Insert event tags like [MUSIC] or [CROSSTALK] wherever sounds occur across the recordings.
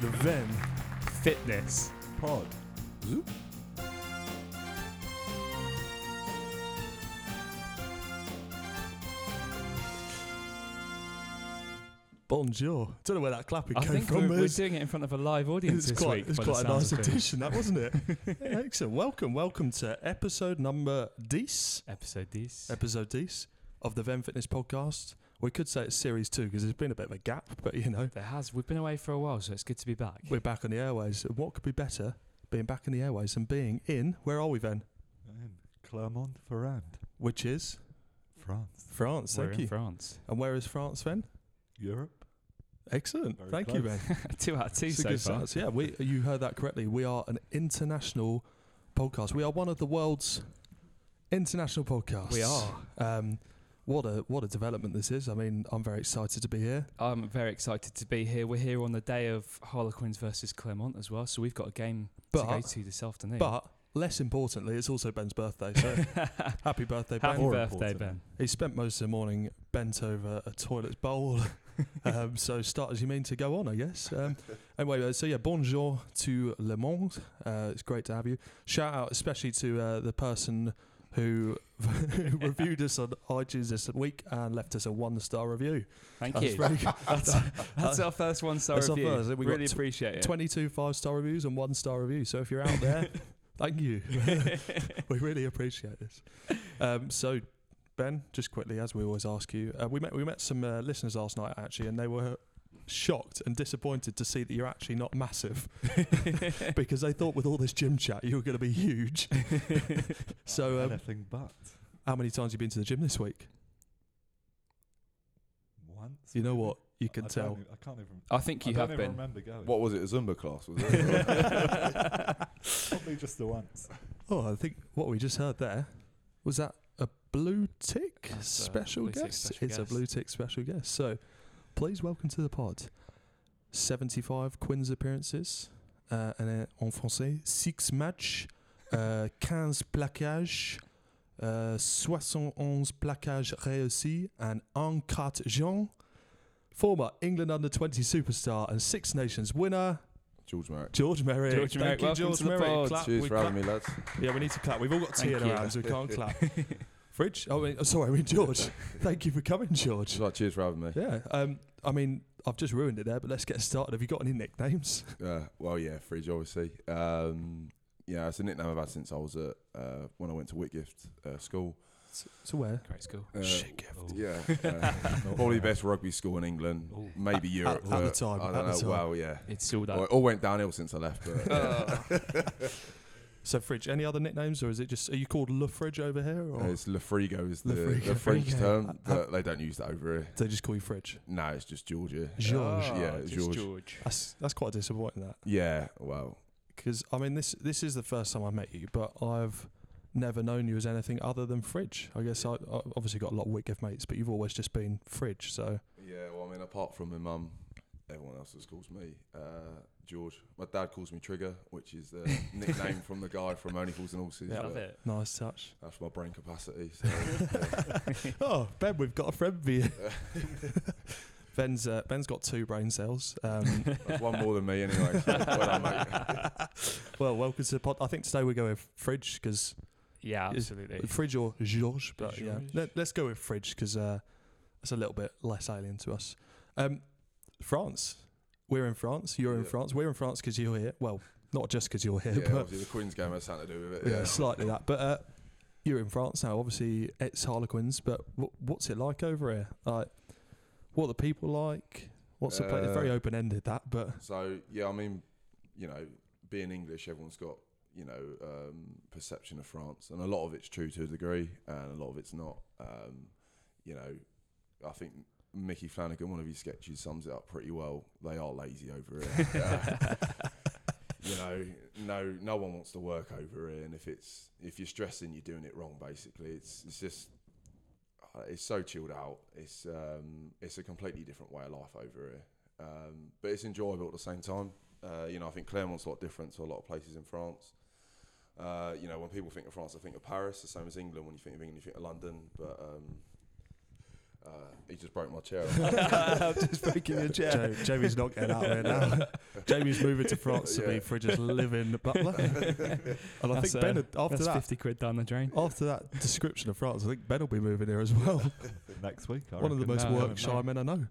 the Ven Fitness. Pod. Zoop. Bonjour. Don't know where that clapping I came think from. we're, we're it's- doing it in front of a live audience it's this quite, week. it's by the quite a sounds nice of things. addition, that wasn't it? [LAUGHS] Yeah, Excellent. Welcome, welcome to episode number Dece. Episode this. episode Dece of the Ven Fitness podcast. We could say it's series two because there's been a bit of a gap, but you know, there has. We've been away for a while, so it's good to be back. we're back on the airways. What could be better being back in the airways than being in, where are we, Ven? In Clermont Ferrand, Which is France. France. We're Thank in you. France. [LAUGHS] and where is France, Ven? Europe. Excellent. Very Thank you, close. Ven. [LAUGHS] two out of two It's a so good far. start. So, yeah, we, you heard that correctly. We are an international podcast. We are one of the world's international podcasts. We are. Um, what a what a development this is. I mean, I'm very excited to be here. I'm very excited to be here. We're here on the day of Harlequins versus Clermont as well, so we've got a game to go But- to this afternoon. [LAUGHS] But less importantly, it's also Ben's birthday. So happy birthday, Ben. Happy More birthday, important. Ben. He spent most of the morning bent over a toilet [LAUGHS] bowl. um, so start as you mean to go on, I guess. Um, anyway, uh, so yeah, bonjour to Le Monde. Uh, it's great to have you. Shout out especially to uh, the person who, [LAUGHS] who reviewed us on iTunes this week and left us a one star review. Thank That's you. very [LAUGHS] good. That's, that's our first one star That's our review. first. We got really tw- appreciate it. 22 five star reviews and one star reviews. So if you're out [LAUGHS] there, thank you. [LAUGHS] we really appreciate this. Um, so, Ben, just quickly, as we always ask you, uh, we met we met some uh, listeners last night actually, and they were shocked and disappointed to see that you're actually not massive [LAUGHS] [LAUGHS] because they thought with all this gym chat you were going to be huge. [LAUGHS] so, um, Anything but how many times have you been to the gym this week? once. You know what? You I can don't tell. even- I can't even. I think I you don't have even been. remember going. [LAUGHS] What was it? A Zumba class was [LAUGHS] Probably just the once. Oh, I think what we just heard there was that a blue tick That's a special blue tick guest. special it's guest. a blue tick special guest. So, please welcome to the pod. Seventy-five Quins appearances, uh, and uh, en français six matchs, [LAUGHS] uh, 15 plaquages, uh, 71 plaquages réussis, and en quatre gens. Former England under twenty superstar and Six Nations winner George Merrick. George Merrick. George Thank Merrick, you, welcome George to the Merrick. pod. Clap, Cheers we for clap. having me, lads. Yeah, we need to clap. We've all got tea Thank in our you. hands. We [LAUGHS] can't clap. Fridge. Oh, wait, oh, sorry. I mean, [LAUGHS] George. Thank you for coming, George. Just like, cheers for having me. Yeah. Um. I mean, I've just ruined it there, but let's get started. Have you got any nicknames? Uh, well, yeah, Fridge, obviously. Um, yeah, it's a nickname I've had since I was at uh, when I went to Whitgift uh, school. [LAUGHS] So where? Great school. Uh, Shit gift. Oh. [LAUGHS] [LAUGHS] Yeah, uh, probably the best rugby school in England, Ooh. maybe Europe. Oh, at the but time, I at don't the know. time. Well, yeah, It's all well, that. it all went downhill since I left. [LAUGHS] But, yeah. So Fridge. Any other nicknames, or is it just? Are you called Le Fridge over here, Uh, or it's Lafrigo is the, Lafrigo. the French Lafrigo. Uh, term, but they don't use that over here. they just call you Fridge? No, it's just Georgia. George. yeah, just George. That's that's quite disappointing. That Yeah, well, because I mean this this is the first time I met you, but I've never known you as anything other than Fridge. I guess I, I obviously got a lot of Whitgift mates, but you've always just been Fridge. So Yeah, well, I mean, apart from my mum, everyone else just calls me uh, George. My dad calls me Trigger, which is [LAUGHS] the nickname from the guy from Only Fools and Horses. Yeah. but Love [LAUGHS] it. nice touch. That's my brain capacity. So, [LAUGHS] oh, Ben, we've got a friend for you. [LAUGHS] Ben's uh, Ben's got two brain cells. Um, [LAUGHS] that's one more than me, anyway. [LAUGHS] So, well done, mate. well, welcome to the pod. I think today we're going with Fridge because [LAUGHS] Yeah, It's- absolutely. Fridge or George, but yeah, George. Let, us go with Fridge because uh, it's a little bit less alien to us. Um, France, we're in France. You're in Yeah. France. We're in France because you're here. Well, not just because you're here, Yeah, but obviously the Queen's game has something to do with it. yeah, Yeah, slightly that. But uh, you're in France now, obviously it's Harlequins. But w- what's it like over here? Like, what are the people like? What's the place? It's Uh, very open ended that, but So yeah, I mean, you know, being English, everyone's got you know um, perception of France, and a lot of it's true to a degree, and a lot of it's not. Um, you know, I think Mickey Flanagan, one of his sketches, sums it up pretty well. They are lazy over here. Uh, you know, no, no one wants to work over here, and if it's if you're stressing, you're doing it wrong. Basically, it's it's just. uh, It's so chilled out. It's um, it's a completely different way of life over here um, but it's enjoyable at the same time. Uh, you know, I think Clermont's a lot different to a lot of places in France. Uh, you know, when people think of France, I think of Paris, the same as England. When you think of England, you think of London. But um, Uh, he just broke my [LAUGHS] chair. [LAUGHS] [LAUGHS] I'm just breaking your chair. Ja- Jamie's not getting out of here [LAUGHS] now. Jamie's moving to France to Yeah. be Fridge's living butler. [LAUGHS] And I That's, think Ben, uh, had- after That's that, 50 quid down the drain. after that description of France, I think Ben will be moving here as well. next week. I One of the reckon. most No, no, work shy no. men I [LAUGHS] know.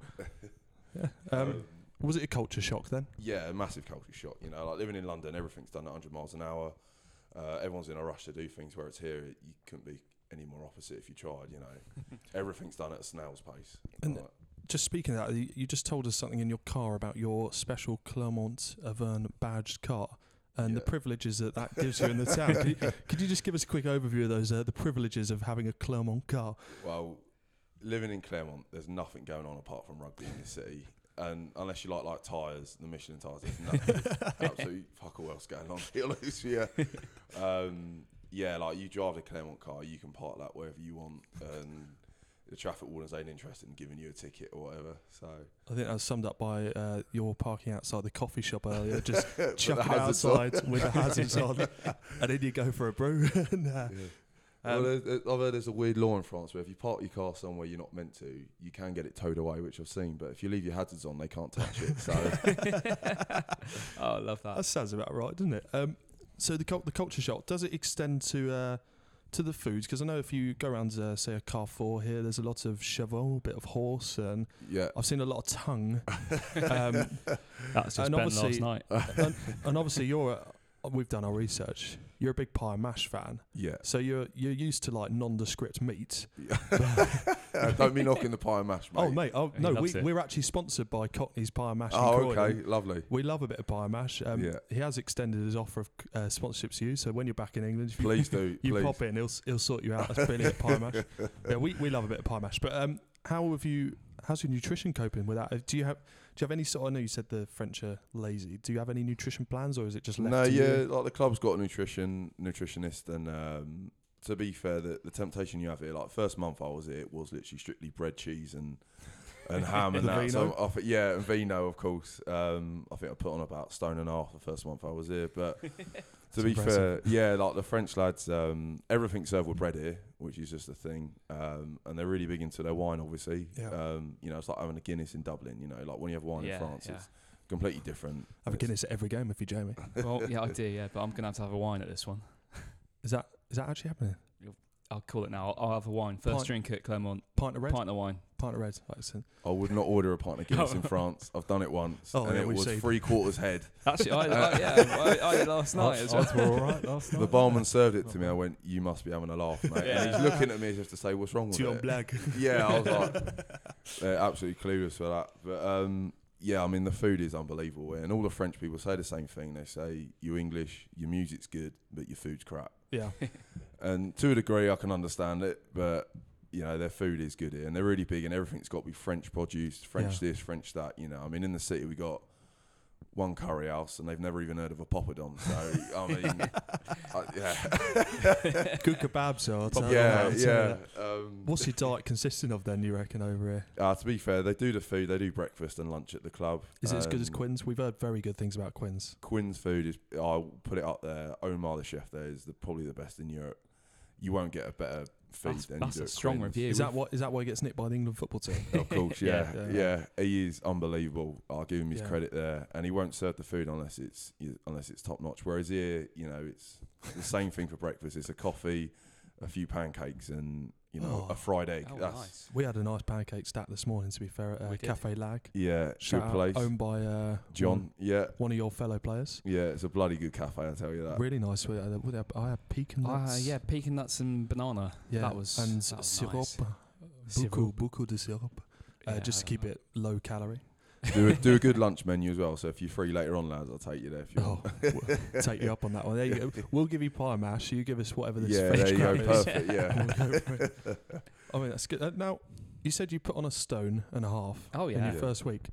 Yeah. Um, Um, was it a culture shock then? yeah, a massive culture shock. You know, like living in London, everything's done at 100 miles an hour. Uh, everyone's in a rush to do things, whereas here you couldn't be any more opposite if you tried. You know, everything's done at a snail's pace. And- Like, Just speaking of that, you, you just told us something in your car about your special Clermont Auvergne badged car and the Yeah. privileges that that gives you in the town. Could you, [LAUGHS] could you just give us a quick overview of those, uh, the privileges of having a Clermont car? well, living in Claremont, there's nothing going on apart from rugby in the city. And unless you like like tyres, the Michelin tyres, there's nothing, absolutely fuck all else going on. [LAUGHS] To be honest with you, um, yeah, like you drive the Claremont car, you can park that wherever you want, and the traffic wardens ain't interested in giving you a ticket or whatever. So I think that was summed up by uh, your parking outside the coffee shop earlier, [LAUGHS] just Put chuck the it hazards on. outside with the hazards [LAUGHS] on, and then you go for a brew. [LAUGHS] and, uh, Yeah. um, well, there's- I've heard there's a weird law in France where if you park your car somewhere you're not meant to, you can get it towed away, which I've seen. But if you leave your hazards on, they can't touch it. So [LAUGHS] oh, I love that. That sounds about right, doesn't it? Um, so the cul- the culture shock does it extend to uh, to the foods? Because I know if you go around uh, say a Carrefour here, there's a lot of cheval, a bit of horse, and yeah, I've seen a lot of tongue. um, That's just and Ben obviously- last night. and, and obviously, you're a, uh, we've done our research. You're a big pie and mash fan, yeah. so you're you're used to like nondescript meat. [LAUGHS] Don't be knocking the pie and mash, mate. Oh mate, oh He no, we, loves it. we're actually sponsored by Cockney's Pie and Mash. in Oh, Croydon. okay, lovely. We love a bit of pie and mash. Um, Yeah. He has extended his offer of uh, sponsorships to you. So when you're back in England, if [LAUGHS] you, Please do. You please. pop in, he'll he'll sort you out. That's brilliant pie [LAUGHS] mash. Yeah, we, we love a bit of pie mash. But um, how have you? How's your nutrition coping with that? Uh, Do you have Do you have any sort? I know you said the French are lazy. Do you have any nutrition plans, or is it just left? No, to yeah, You? like the club's got a nutrition nutritionist, and um, to be fair, the, the temptation you have here, like first month I was here, it was literally strictly bread, cheese, and and ham [LAUGHS] and The that. So vino? I thi- yeah, and vino, of course. Um, I think I put on about stone and a half the first month I was here, [LAUGHS] but. To be fair, impressive. yeah, like the French lads, um, everything's served with bread here, which is just a thing, um, and they're really big into their wine, obviously. Yeah. Um, you know, it's like having a Guinness in Dublin. You know, like when you have wine Yeah, in France, yeah. it's completely different. Have a It's- Guinness at every game if you, Jamie. Well, yeah, I do, yeah, but I'm going to have to have a wine at this one. Is that is that actually happening? I'll call it now. I'll, I'll have a wine. First Pint- drink at Clermont. Pint of red. Pint, Pint of wine. of red. Excellent. I would not order a pint of [LAUGHS] Guinness in France. I've done it once, Oh, and yeah, it we've was seen. [LAUGHS] three quarters head. Actually, I, I, yeah, I, [LAUGHS] I did last night as well. Odds were all [LAUGHS] right last night. The barman served it to me. I went, "You must be having a laugh, mate." And Yeah. he's looking at me as if to say, "What's wrong with Dion it?" Black. Yeah, I [LAUGHS] was like, they're absolutely clueless for that. But um, yeah, I mean, the food is unbelievable, and all the French people say the same thing. They say, "You English, your music's good, but your food's crap." yeah. And to a degree, I can understand it, but you know, their food is good here, and they're really big, and everything's got to be French produce, French this, French that. You know, I mean, in the city, we got one curry house, and they've never even heard of a poppadom. So [LAUGHS] I mean, I, yeah, Good kebab, so I'll tell you yeah, that. yeah. Um, What's your diet consisting of then? You reckon over here? uh, to be fair, they do the food. They do breakfast and lunch at the club. Is it as good as Um, Quinn's? We've heard very good things about Quinn's. Quinn's food is I'll put it up there. Omar the chef there is the, probably the best in Europe. You won't get a better feed That's, than that's you do a at strong Quinn's. review. Is that what is that why he gets nicked by the England football [LAUGHS] team? Of course, yeah, Yeah. yeah, He is unbelievable. I'll give him his Yeah. credit there, and he won't serve the food unless it's unless it's top notch. Whereas here, you know, it's the same thing for breakfast. It's a coffee, a few pancakes, and you know, Oh. a fried egg. Oh, That's nice. [LAUGHS] We had a nice pancake stack this morning, to be fair, at We uh, did. Cafe Lag. yeah, Shout good out, place. Owned by uh, one, John, yeah, one of your fellow players. yeah, it's a bloody good cafe. I tell you that. Really nice. We had, uh, we had, I had pecan Uh, nuts. yeah, pecan nuts and banana. yeah, that was- and that was syrup. nice. Beaucoup, Syrup. beaucoup de syrup. Uh, Yeah, just I to keep don't it low calorie. do, a, do a [LAUGHS] good lunch menu as well. So if you're free later on, lads, I'll take you there. If you Oh, want. we'll take you up on that one. There [LAUGHS] you go. We'll give you pie mash. You give us whatever this yeah, French there you crap go, is. perfect. [LAUGHS] Yeah, and we'll go for it. I mean, that's good. Uh, now, you said you put on a stone and a half Oh, in yeah. your first week.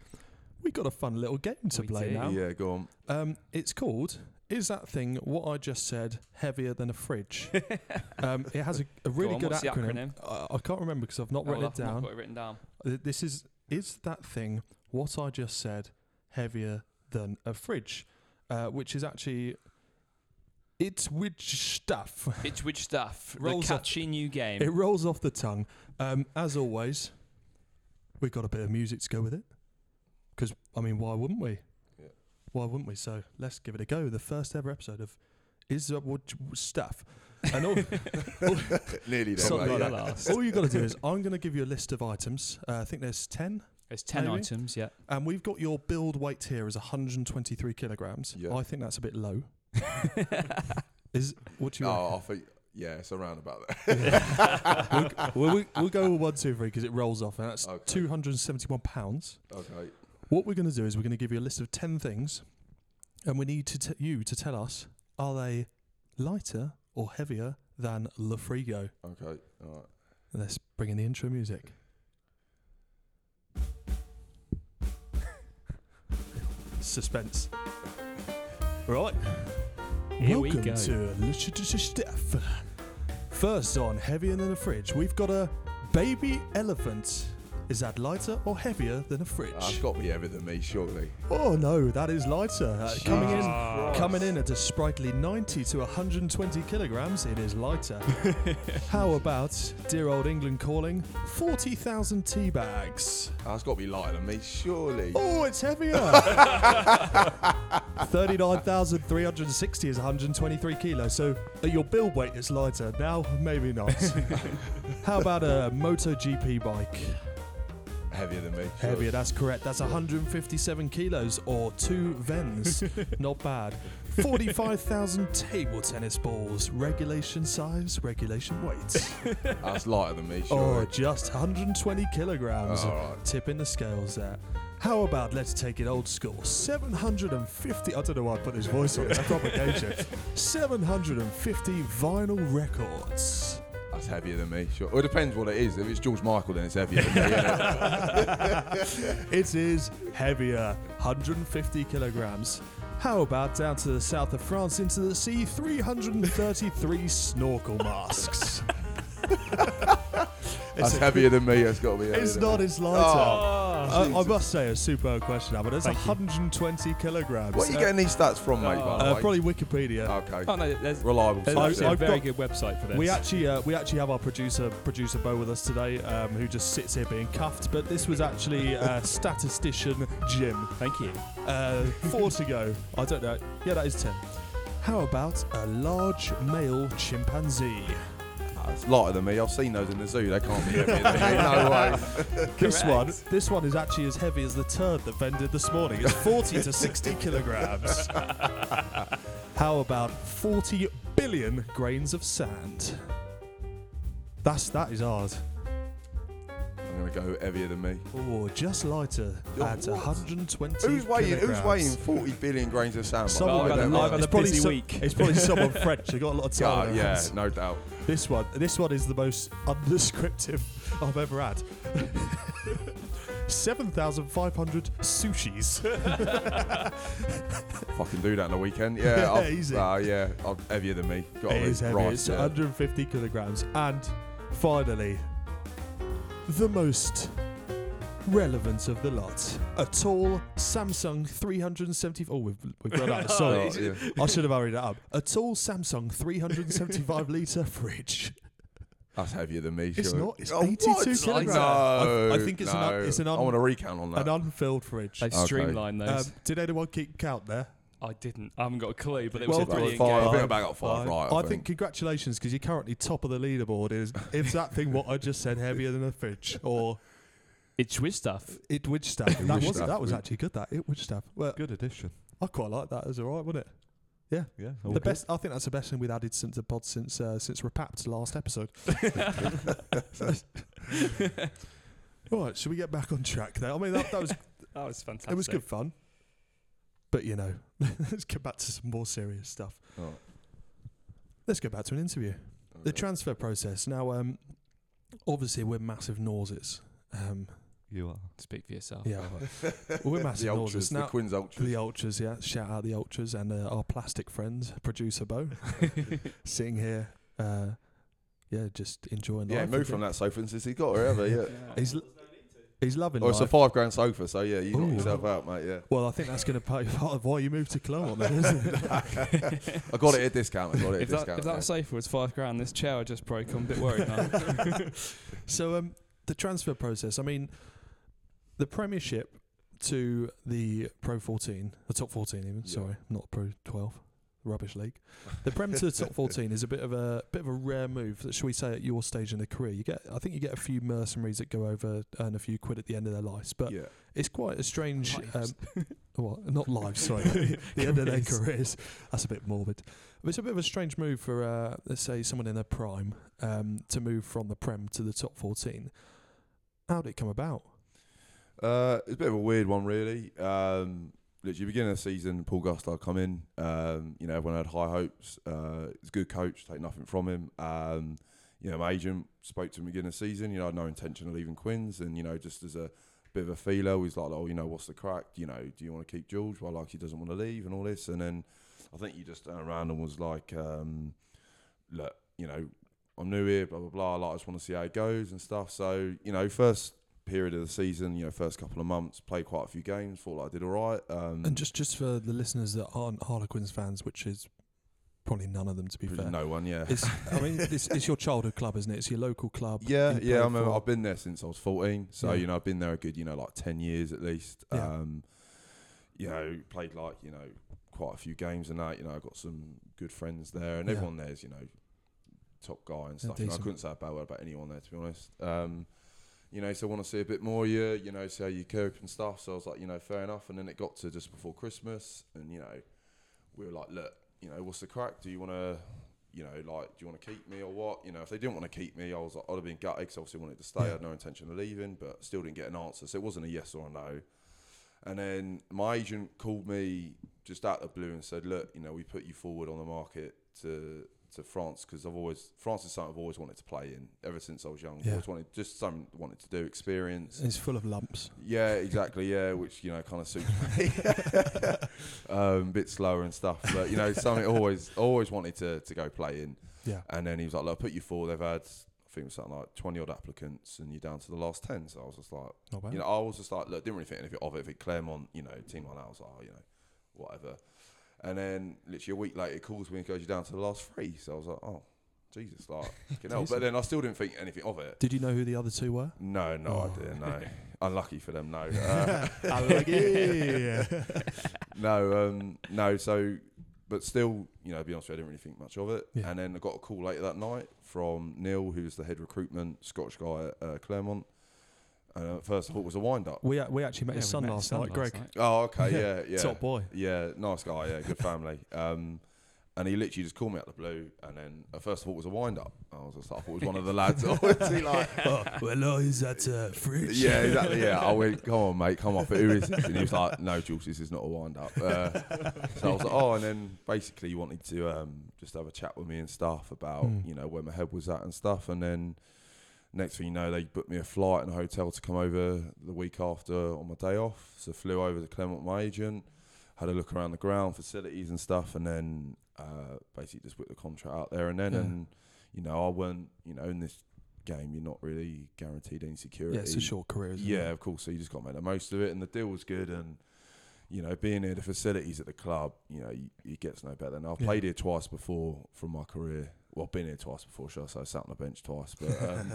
We got a fun little game to We play do. now. yeah, go on. Um, it's called Is That Thing What I Just Said Heavier Than a Fridge? [LAUGHS] um, it has a, a really on, good what's the acronym. I, I can't remember because I've not Oh, written I've it down. Got it written down. Th- This is Is That Thing What I Just Said Heavier Than a Fridge? Uh, which is actually. It's which stuff. Bitch, which stuff? Rolls the off- catchy new game. It rolls off the tongue. Um, as always, we got a bit of music to go with it. Because, I mean, why wouldn't we? Yeah. Why wouldn't we? So let's give it a go. The first ever episode of Is There Wood Stuff. And [LAUGHS] all, Nearly there. Something mate, like yeah. that. all you got to do is I'm going to give you a list of items. Uh, I think there's 10. It's 10 Maybe. items, [LAUGHS] yeah. And we've got your build weight here is 123 kilograms. Yeah. I think that's a bit low. Is What do you No, I reckon? think Oh, yeah, it's around about that. [LAUGHS] we'll, we'll, we- we'll go with 123 because it rolls off. And that's Okay. 271 pounds. [LAUGHS] Okay. What we're going to do is we're going to give you a list of 10 things, and we need to t- you to tell us are they lighter or heavier than Le Frigo? Okay. All Let's bring in the intro music. [LAUGHS] Suspense. Right. Here we Welcome go. to Literature Stuff. First on Heavier Than a Fridge, we've got a baby elephant. Is that lighter or heavier than a fridge? right. That's got to be heavier than me, surely. Oh no, that is lighter. Uh, coming in, Jesus Christ. coming in at a sprightly 90 to 120 kilograms, it is lighter. How about dear old England calling 40,000 tea bags? That's got to be lighter than me, surely. Oh, it's heavier. 39,360 is 123 kilos. So at your build weight, it's lighter. Now, maybe not. How about a MotoGP bike? Heavier than me. surely. Heavier, that's correct. That's 157 kilos or two vens. Not bad. 45,000 table tennis balls. Regulation size, regulation weight. That's lighter than me, or surely. just 120 kilograms. Oh, alright. Tipping the scales there. How about let's take it old school? 750. I don't know why I put this voice on. It's propagation. 750 vinyl records. That's heavier than me. Sure. Well, it depends what it is. If it's George Michael, then it's heavier than [LAUGHS] me. innit? It is heavier, 150 kilograms. How about down to the south of France into the sea, 333 [LAUGHS] snorkel [LAUGHS] masks? That's heavier Oh, than me. That's got to be. heavier It's than not, me. it's lighter. I- I, must say, a superb question, Albert. It's 120 kilograms. What are you Uh, getting these stats from, mate? by the Uh, way? probably Wikipedia. Okay. Oh, no, there's, Reliable. there's source. actually a I've very got- good website for this. we actually uh, we actually have our producer producer Bo with us today, um, who just sits here being cuffed. But this was actually uh, [LAUGHS] statistician Jim. Thank you. Uh, four to go. I don't know. Yeah, that is ten. How about a large male chimpanzee? That's lighter than me. I've seen those in the zoo. They can't be heavier than [LAUGHS] me. [LAUGHS] No way. This Correct. one, this one is actually as heavy as the turd that vended this morning. It's 40 to [LAUGHS] 60 kilograms. How about 40 billion grains of sand? That's that is hard. I'm gonna go heavier than me. Or just lighter Yo, at what? 120. Who's weighing? Who's kilograms. weighing 40 billion grains of sand? Someone I've with had a- a- I've had it's a probably busy some- week. It's probably someone [LAUGHS] French. They got a lot of time. on Yeah, their yeah, hands. no doubt. This one, this one is the most undescriptive I've ever had. Seven thousand five hundred sushis. If I can do that on the [LAUGHS] weekend, yeah, I've- Easy. Ah, yeah, I'm heavier than me. Got it to is be heavy. right, it's yeah. 150 kilograms. And finally, the most relevant of the lot: a tall Samsung 370. Oh, we've we've done [LAUGHS] that. Sorry, Oh, yeah. I should have hurried that up. A tall Samsung 375 liter fridge. That's heavier than me. It's surely. not, it's Oh, 82 what? kilograms. No, I- I think it's an un- no. it's an un- I want a recount on that. An unfilled fridge. They've Okay. streamlined Um, those. did anyone keep count there? I didn't. I haven't got a clue, but it was Well, a that was brilliant five. game. I think I back up five, right? I, think. congratulations because you're currently top of the leaderboard. Is is that thing what I just said heavier than a fridge or It's with stuff. [LAUGHS] it witch stuff? That witch was stuff. that was actually good. That it witch stuff. Well, [LAUGHS] Good addition. I quite like that. It was all right, wasn't it? Yeah. the best. I think that's the best thing we've added since the pod since uh, since repapped last episode. all right, should we get back on track now? I mean, that, that was [LAUGHS] That was fantastic. it was good fun, but you know, [LAUGHS] let's get back to some more serious stuff. Alright. Let's go back to an interview. The [LAUGHS] transfer process. Now, um, obviously, we're massive nauses. Um, You [LAUGHS] are. Speak for yourself. yeah, we're massive the nauses. ultras, the Now, Quins ultras. the ultras, yeah. Shout out the ultras and uh, our plastic friends, producer [LAUGHS] Bo, sitting here. Uh, yeah, just enjoying yeah, life. move from that sofa since he got her, ever, yeah. [LAUGHS] [LAUGHS] He's, he's loving Or Oh, it's life. a five grand sofa, so yeah, you knocked Ooh. yourself out, mate. Yeah, well, I think that's going to pay [LAUGHS] part of why you moved to Clermont, then, isn't it? [LAUGHS] I got it at discount. I got it at If that, discount. if that sofa was five grand, this [LAUGHS] chair I just broke, I'm a bit worried now. So um, the transfer process. I mean, the Premiership to the Pro 14, the top 14 even. Yeah. Sorry, not Pro 12. Rubbish league. The Prem to the [LAUGHS] top 14 is a bit of a bit of a rare move. Should we say at your stage in the career, you get I think you get a few mercenaries that go over earn a few quid at the end of their lives, but yeah. it's quite a strange. Um, [LAUGHS] Lives. what? Not lives. [LAUGHS] Sorry, [LAUGHS] the end of their careers. That's a bit morbid. But it's a bit of a strange move for uh, let's say someone in their prime um, to move from the Prem to the top 14. How would it come about? Uh, it's a bit of a weird one, really. Um, literally, beginning of the season, Paul Gustard come in. Um, you know, everyone had high hopes. Uh, he's a good coach. Take nothing from him. Um, you know, my agent spoke to him beginning of the season. You know, I had no intention of leaving Quinns, and you know, just as a bit of a feeler, he's like, oh, you know, what's the crack? You know, do you want to keep George? Well, like he doesn't want to leave, and all this. And then I think he just turned around and was like, um, look, you know, I'm new here, blah blah blah. Like, I just want to see how it goes and stuff. So, you know, first period of the season, you know, first couple of months, played quite a few games, thought like I did all right. Um, And just just for the listeners that aren't Harlequins fans, which is probably none of them to be pretty- fair. no one, yeah, It's, I [LAUGHS] mean, it's, it's your childhood club, isn't it? It's your local club. you yeah, yeah. I played remember for. I've been there since I was 14, so Yeah. you know, I've been there a good, you know, like 10 years at least. Yeah. Um, you know, played like you know quite a few games and that. You know, I got some good friends there, and Yeah. everyone there's you know top guy and Yeah, stuff. You know, I decent. couldn't say a bad word about anyone there to be honest. Um, you know, so I want to see a bit more of you, you know, see how you cope and stuff. So I was like, you know, fair enough. And then it got to just before Christmas, and you know, we were like, look, you know, what's the crack? Do you want to, you know, like, do you want to keep me or what? You know, if they didn't want to keep me, I was like, I'd have been gutted because obviously wanted to stay. I Yeah. had no intention of leaving, but still didn't get an answer. So it wasn't a yes or a no. And then my agent called me just out of the blue and said, look, you know, we put you forward on the market to to France because I've always France is something I've always wanted to play in ever since I was young. Yeah. Always wanted just something I wanted to do, experience. It's full of lumps. Yeah, exactly. Yeah, which you know kind of suits me. [LAUGHS] um, bit slower and stuff, but you know something I always always wanted to to go play in. Yeah. And then he was like, "Look, I put you forward. They've had I think it was something like twenty odd applicants, and you're down to the last ten. So I was just like, Not bad. you know, I was just like, look, didn't really think anything of it. If it Claremont, you know, team like that, I was like, oh, you know, whatever. And then literally a week later, it calls me and goes, you're down to the last three. So I was like, oh, Jesus, like, you know. But Decent. then I still didn't think anything of it. Did you know who the other two were? No, no Oh. idea. No, unlucky for them. No, [LAUGHS] uh, [LAUGHS] no, um, no. So, but still, you know, to be honest, with you, I didn't really think much of it. Yeah. And then I got a call later that night from Neil, who's the head recruitment Scottish guy at uh, Claremont. And at first, I thought it was a wind up. We a- we actually met Yeah, his we son met his last son night, Greg. Oh, [LAUGHS] okay, yeah, yeah. Top boy. Yeah, nice guy. Yeah, good family. Um, and he literally just called me out of the blue, and then at first I thought it was a wind up. I was just like, I thought it was one of the lads. [LAUGHS] Obviously, like, oh, well, he's that uh, fridge. yeah, exactly. [LAUGHS] Yeah, I went, come on, mate, come off it. Who is this? And he was like, no, Jules, this is not a wind up. Uh, so I was like, oh, and then basically he wanted to um, just have a chat with me and stuff about Hmm. you know where my head was at and stuff, and then. Next thing you know, they booked me a flight and a hotel to come over the week after on my day off. So flew over to Clement, my agent, had a look around the ground, facilities and stuff, and then uh, basically just put the contract out there. And then, Yeah. and you know, I weren't, you know, in this game, you're not really guaranteed any security. Yeah, it's a short career, isn't Yeah, it? of course. So you just got to make the most of it, and the deal was good. And you know, being here, the facilities at the club, you know, y- it gets no better. than I've Yeah. played here twice before from my career. Well, been here twice before, shall I say? Sat on the bench twice, but [LAUGHS] um,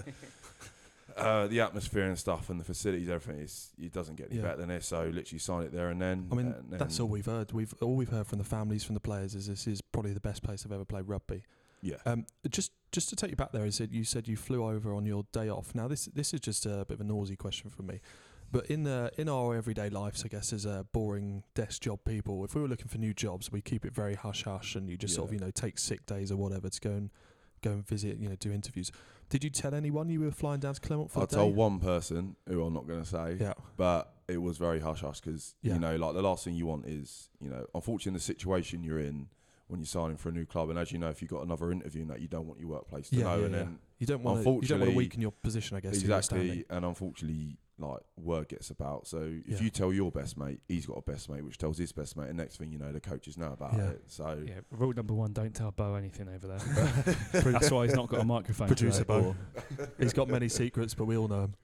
uh, the atmosphere and stuff, and the facilities, everything is it doesn't get any Yeah. better than this. So literally, sign it there and then. I mean, and then, that's all we've heard. We've all we've heard from the families, from the players, is this is probably the best place I've ever played rugby. Yeah. Um, just just to take you back there, is that you said you flew over on your day off. Now this this is just a bit of a noisy question from me, but in the in our everyday lives, I guess as a boring desk job people, if we were looking for new jobs, we keep it very hush hush, and you just sort of Yeah. you know take sick days or whatever to go and go and visit, you know, do interviews. Did you tell anyone you were flying down to Clermont for I the told day? one person who I'm not going to say. Yeah. but it was very hush hush because Yeah. you know, like the last thing you want is you know, unfortunately, the situation you're in when you're signing for a new club, and as you know, if you got another interview, and that you don't want your workplace to Yeah, know, yeah, and yeah. then You don't want to. You don't want Unfortunately- to weaken your position, I guess. to your standing. exactly, and unfortunately, like word gets about. So if Yeah. you tell your best mate, he's got a best mate, which tells his best mate, and next thing you know, the coaches know about Yeah. it. So [LAUGHS] Yeah, rule number one: don't tell Bo anything over there. [LAUGHS] That's why he's not got a microphone. uh, Producer today. Bo. [LAUGHS] He's got many secrets, but we all [LAUGHS] know him.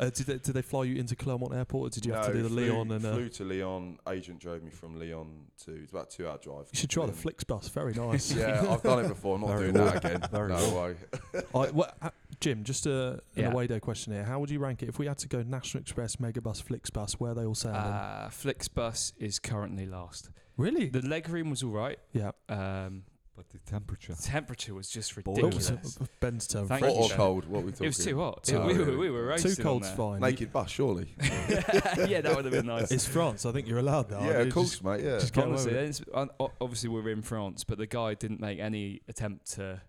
uh, did, they, did they fly you into Clermont Airport, or did you have to No, do the flew, Leon? And uh, flew you to Leon. Agent drove me from Leon to it's about a two hour drive. should try the Then- Flix bus. Very nice. [LAUGHS] Yeah, I've done it before. I'm not [LAUGHS] Very doing that again. Very no well. way. I, what, uh, Jim, just a, an Yeah. away day question here. How would you rank it if we had to go National Express, Megabus, Flixbus, where they all sound? in? Uh, Flixbus is currently last. Really? The leg room was all right. yeah. Um, But the [LAUGHS] temperature. [LAUGHS] temperature was just Boiling. Oh, ridiculous. so- Ben's term. Thank Hot you, or Shane. cold? What are we talking? It was too hot. Too we, hot. were, we were Two roasting on cold's there. [LAUGHS] fine. Naked bus, surely. yeah, that would have been nice. It's France. I think you're allowed that. yeah, of course, mate. Yeah. just- get away Honestly, with it. it's, un- o- obviously we're in France, but the guy didn't make any attempt to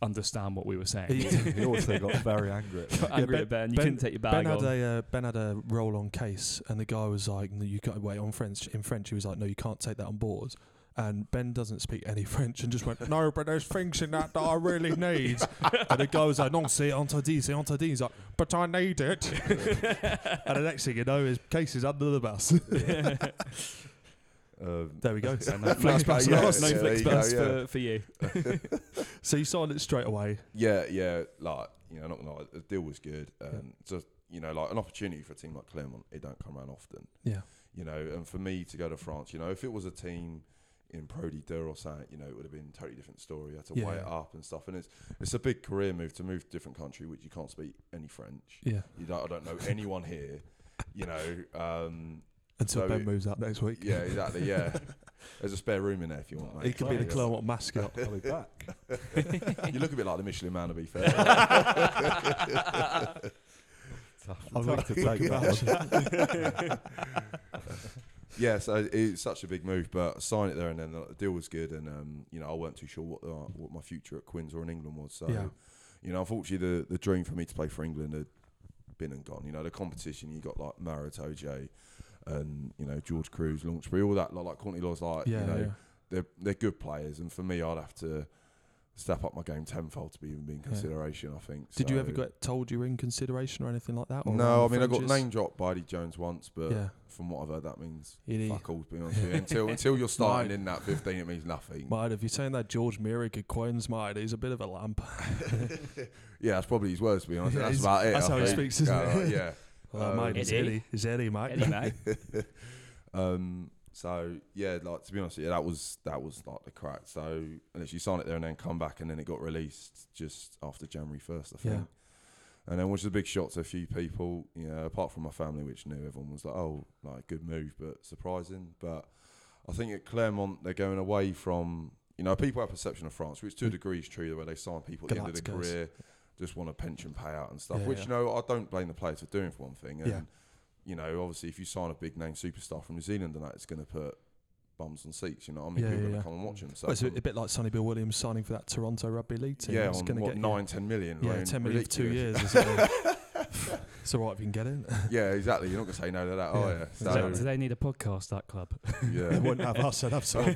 understand what we were saying. He- he also got [LAUGHS] very angry. Got angry Ben- at Ben. You Ben- couldn't take your Ben bag had off. [LAUGHS] a uh, Ben had a roll on case, and the guy was like, "No, you can't wait on French." In French, he was like, "No, you can't take that on board." And Ben doesn't speak any [LAUGHS] French, and just went, "No, but there's things in that that I really need." [LAUGHS] and the guy was like, "Non, c'est interdit, c'est interdit." He's like, "But I need [LAUGHS] it." and the next thing you know, his case is under the bus. Um, [LAUGHS] there we go. and that- Flex bus Yeah, last. no yeah, flex there you go, bus yeah. for, for you. So you signed it straight away. Yeah, yeah, like you know, not gonna lie, the deal was good. Um, So you know, like an opportunity for a team like Clermont, it don't come around often. Yeah. You know, and for me to go to France, you know, if it was a team in Pro D Deux or something, you know, it would have been a totally different story. I had to Yeah. weigh it up and stuff, and it's it's a big career move to move to a different country, which you can't speak any French. Yeah. You don't, I don't know anyone here. You know, um, Until So Ben it- moves out next week. [LAUGHS] yeah, exactly, yeah. There's a spare room in there if you want. Mate. He could be the Yeah. Clermont [LAUGHS] mascot. I'll [LAUGHS] be back. You look a bit like the Michelin Man, to be [LAUGHS] fair. [LAUGHS] I'll like have to take that [LAUGHS] one. yeah, so it's such a big move, but I signed it there, and then the deal was good, and um, you know I weren't too sure what uh, what my future at Quinns or in England was. So, Yeah. you know, unfortunately, the the dream for me to play for England had been and gone. You know, the competition you got like Mara Toje and you know George Cruz, Launchbury, all that lot, like Courtney Laws, like Yeah. you know yeah. they're they're good players, and for me, I'd have to step up my game tenfold to be even be in Yeah. consideration. I think. Did you ever So- get told you were in consideration or anything like that? Or No, I around the mean I got fringes? name dropped by Eddie Jones once, but Yeah. from what I've heard, that means Eddie. fuck all. To be honest with [LAUGHS] you, until until you're starting in that 15, it means nothing. Mate, if you're saying that George Merrick at Queen's, mate, he's a bit of a lamp. [LAUGHS] yeah, that's probably his words. To be honest, Yeah, that's he's- about it. that's I how he think. speaks, isn't yeah, it? right, Oh, yeah. [LAUGHS] Like, mate, it's Eddie. Eddie. It's Eddie, mate. Eddie, mate. Um, so yeah, like to be honest, yeah, that was that was like the crack. So unless you sign it there and then come back, and then it got released just after January first, I Yeah. think. And then, which is a big shock to a few people, you know, apart from my family, which knew everyone was like, "Oh, like good move, but surprising." But I think at Clermont, they're going away from you know people have perception of France, which to a degree is true, where they sign people at the end of the Mm. Galacticos. career, just want a pension payout and stuff. Yeah, which yeah. you know, I don't blame the players for doing for one thing. And Yeah. you know, obviously, if you sign a big name superstar from New Zealand, and that it's going to put bums on seats. You know, what I mean, Yeah, people yeah, are going to yeah. come and watch them. [LAUGHS] So Well, it's a, um, a bit like Sonny Bill Williams signing for that Toronto rugby league team. yeah, It's on gonna what get you- nine, ten million, Yeah, loan, 10 million for two ridiculous. years. Is it? [LAUGHS] it's all right if you can get in. yeah, exactly. You're not going to say no to that, are Yeah, you? exactly. So Do they need a podcast, that club? They [LAUGHS] yeah. wouldn't have us, they'd have [LAUGHS] someone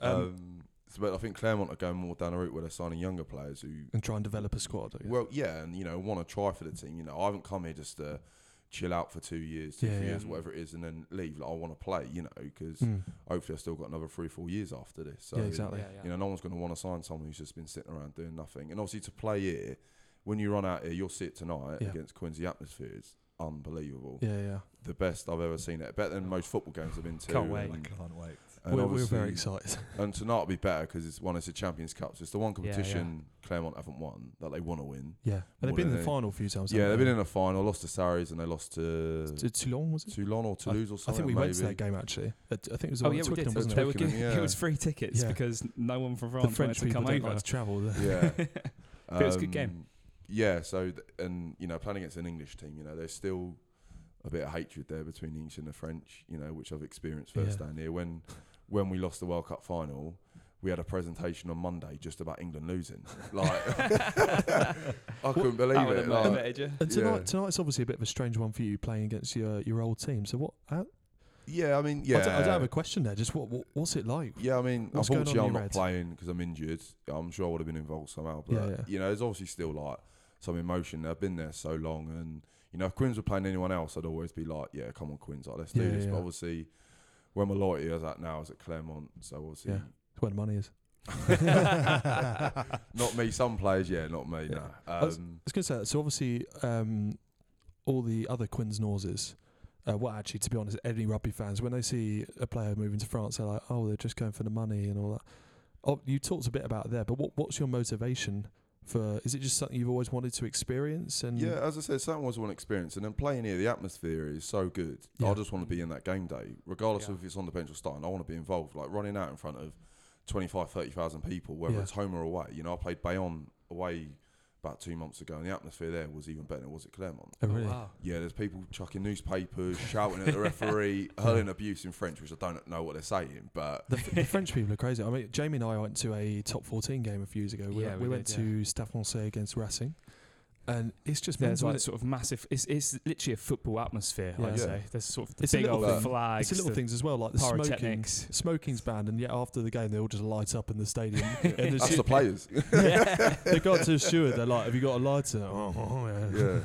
um, so, but I think Claremont are going more down the route where they're signing younger players who and try and develop a squad. I guess. Well, yeah, and you know, want to try for the team. You know, I haven't come here just to chill out for two years, two Yeah, three yeah. years, whatever it is, and then leave. Like, I want to play. You know, because Mm. hopefully I've still got another three, four years after this. So, yeah, exactly. Yeah, You know, no one's going to want to sign someone who's just been sitting around doing nothing. And obviously, to play here, when you run out here, you'll see it tonight Yeah. against Quincy Atmosphere. It's unbelievable. Yeah, yeah. The best I've ever seen it. Better than most football games I've been to. Can't wait. And, I can't wait. and We're, we're obviously- very excited. [LAUGHS] and tonight will be better because it's one. It's the Champions Cup. So it's the one Yeah, yeah. competition Claremont haven't won that they want to win. Yeah. And they've More been than in the any- final a few times. Yeah, they've haven't been in a final, lost to Sarries, and they lost to To Toulon, was it? Toulon or Toulouse or I something. think we maybe. went to that game actually. I I think it was the Oh one yeah, at we did. Twickenham, wasn't They it? were Twickenham, giving, yeah. It was free tickets Yeah. because no one from The France French wanted to people come don't over. like to travel. do they? [LAUGHS] Yeah, But it was a good game. Um, Yeah, so th- and you know playing against an English team, you know there's still a bit of hatred there between the English and the French, you know, which I've experienced Yeah. firsthand here. When when we lost the World Cup final, we had a presentation on Monday just about England losing. Like [LAUGHS] [LAUGHS] I That couldn't believe would it. have motivated like, you. And tonight, Yeah. tonight's obviously a bit of a strange one for you playing against your your old team. So what? How, yeah, I mean, I yeah. don't, I don't have a question there. Just what, what what's it like? Yeah, I mean, What's going on unfortunately, in I'm your not head? playing because I'm injured. I'm sure I would have been involved somehow, but Yeah, yeah. you know, there's obviously still like some emotion. I've been there so long, and you know, if Quinns were playing anyone else, I'd always be like, "Yeah, come on, Quinns, like let's do Yeah, this." yeah, But yeah. obviously, when my loyalty is at now is at Claremont, so obviously, Yeah. It's where the money is. not me. Some players, yeah, not me. Yeah. No. was- Um, I was going to say, so obviously, um, all the other Quinn's Norses, uh, well, actually, to be honest, any rugby fans, when they see a player moving to France, they're like, oh, they're just going for the money and all that. Oh, you talked a bit about it there, but what, what's your motivation for is it just something you've always wanted to experience and Yeah, as I said, something was one experience, and then playing here, the atmosphere is so good. Yeah. I just want to be in that game day, regardless Yeah. of if it's on the bench or starting. I want to be involved, like running out in front of 25, 30,000 people, whether Yeah. it's home or away. You know, I played Bayonne away about two months ago, and the atmosphere there was even better than it was at Clermont. Oh, really? wow. Yeah, there's people chucking newspapers, shouting at the [LAUGHS] referee, hurling abuse in French, which I don't know what they're saying, but The, [LAUGHS] F- the French people are crazy. I mean, Jamie and I went to a top 14 game a few years ago. We, Yeah, we, we went did, to Stade Francais against Racing, and it's just There's mental, like innit? sort of massive. It's, it's literally a football atmosphere. Yeah. I'd Yeah. say there's sort of the It's a big little old thing. It's flags, the little the things as well, like the smoking. pyrotechnics. Smoking's banned, and yet after the game, they all just light up in the [LAUGHS] stadium. and [LAUGHS] that's the players. they got to a steward. They're like, "Have you got a lighter?" Oh, oh, yeah.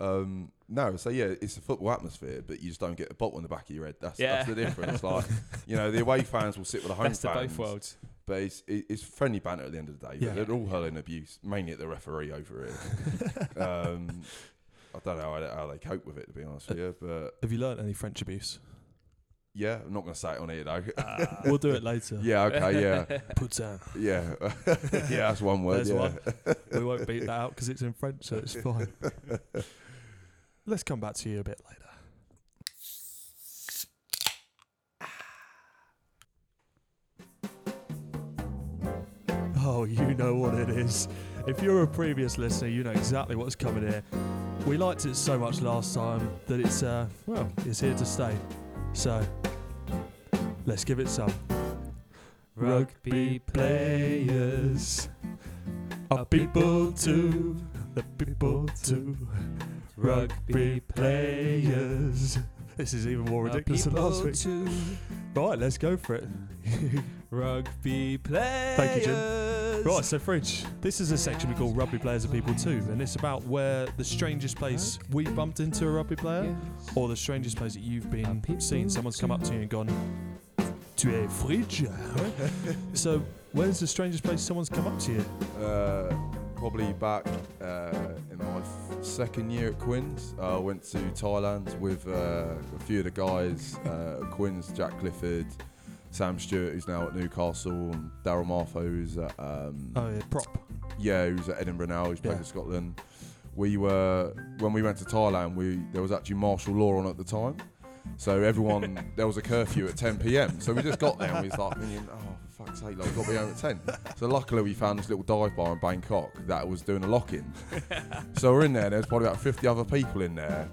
yeah. Um, no, so yeah, it's a football atmosphere, but you just don't get a bottle in the back of your head. That's, that's Yeah. the difference. Like, you know, the away fans will sit with the home Best of fans, both worlds. but it's, it- it's friendly banter at the end of the day. Yeah. But they're all hurling abuse, mainly at the referee over it. um, I don't know how, how they cope with it, to be honest with you. But [LAUGHS] Have you learnt any French abuse? yeah, I'm not going to say it on here though. Ah. We'll do it later. [LAUGHS] yeah, okay, [LAUGHS] yeah, Put down. yeah, [LAUGHS] yeah. That's one word. There's yeah. one. We won't beat that out because it's in French, so it's fine. Let's come back to you a bit later. Oh, you know what it is. If you're a previous listener, you know exactly what's coming here. We liked it so much last time that it's uh, well, it's here to stay. So let's give it some Rugby players are people too. The people too. Rugby players. This is even more are ridiculous than last people week. too. Right, let's go for it. Rugby players. Thank you, right, so Fridge, this is a section we call Rugby Players of People Too, and it's about where the strangest place we bumped into a rugby player, or the strangest place that you've Are been people seen. Someone's come up to you and gone, "Tu es Fridge." [LAUGHS] so, where's the strangest place someone's come up to you? Uh, probably back uh, in my f- second year at Quinn's. Uh, I went to Thailand with uh, a few of the guys uh, at Quinn's, Jack Clifford, Sam Stewart, who's now at Newcastle, and Daryl Marfo, who's at, um, Oh, yeah, prop. yeah, who's at Edinburgh now, who's played Yeah. for Scotland. We were, when we went to Thailand, we there was actually martial law on at the time. So everyone, there was a curfew at 10 p.m. So we just got there and we was like, thinking, oh, for fuck's sake, like, we've got to be home at 10. So luckily we found this little dive bar in Bangkok that was doing a lock-in. so we're in there, there's probably about 50 other people in there.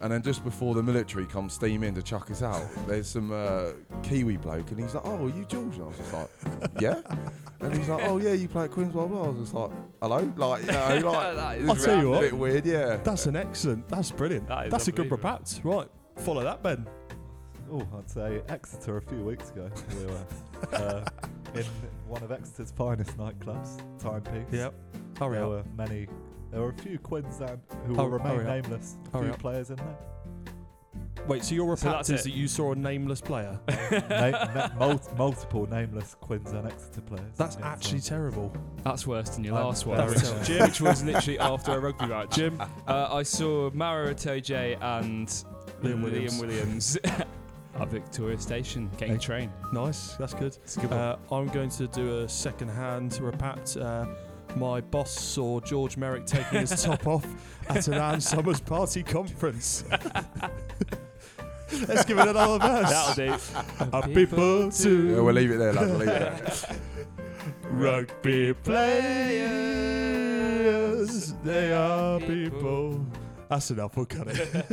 And then just before the military comes steam in to chuck us out, there's some uh, Kiwi bloke and he's like, oh, are you George? And I was just like, yeah. And he's like, oh, yeah, you play at Queen's, blah, blah. I was just like, hello? Like, [LAUGHS] you know, That like, is I'll tell you a what. bit weird, yeah. That's an excellent. That's brilliant. That is that's a good unbelievable. report. Right, follow that, Ben. [LAUGHS] Oh, I'd say Exeter a few weeks ago. We were uh, in one of Exeter's finest nightclubs, Timepiece. Yep. Hurry there up. were many. There were a few Quins that Hurry- who will remain hurry up. nameless. A Hurry few up. players in there. [LAUGHS] Wait, so your So report that's is it. that you saw a nameless [LAUGHS] player? Na- na- mul- multiple nameless Quins and Exeter players. That's Yeah, so- actually terrible. That's worse than your I'm last one, very which, sorry. Jim, which was literally after a rugby match. [LAUGHS] Jim, Uh, I saw Mara Otoje and Liam Williams. Williams [LAUGHS] at Victoria Station getting a Hey. train. nice. That's good. It's a good one. Uh, I'm going to do a second-hand repat. Uh, my boss saw George Merrick taking [LAUGHS] his top off at an Anne Summers party [LAUGHS] conference. Let's give it another verse. That'll do. [LAUGHS] A people too. Yeah, we'll leave it there, lad. We'll leave it there. Rugby players, they are people. That's enough, we'll cut [LAUGHS] it.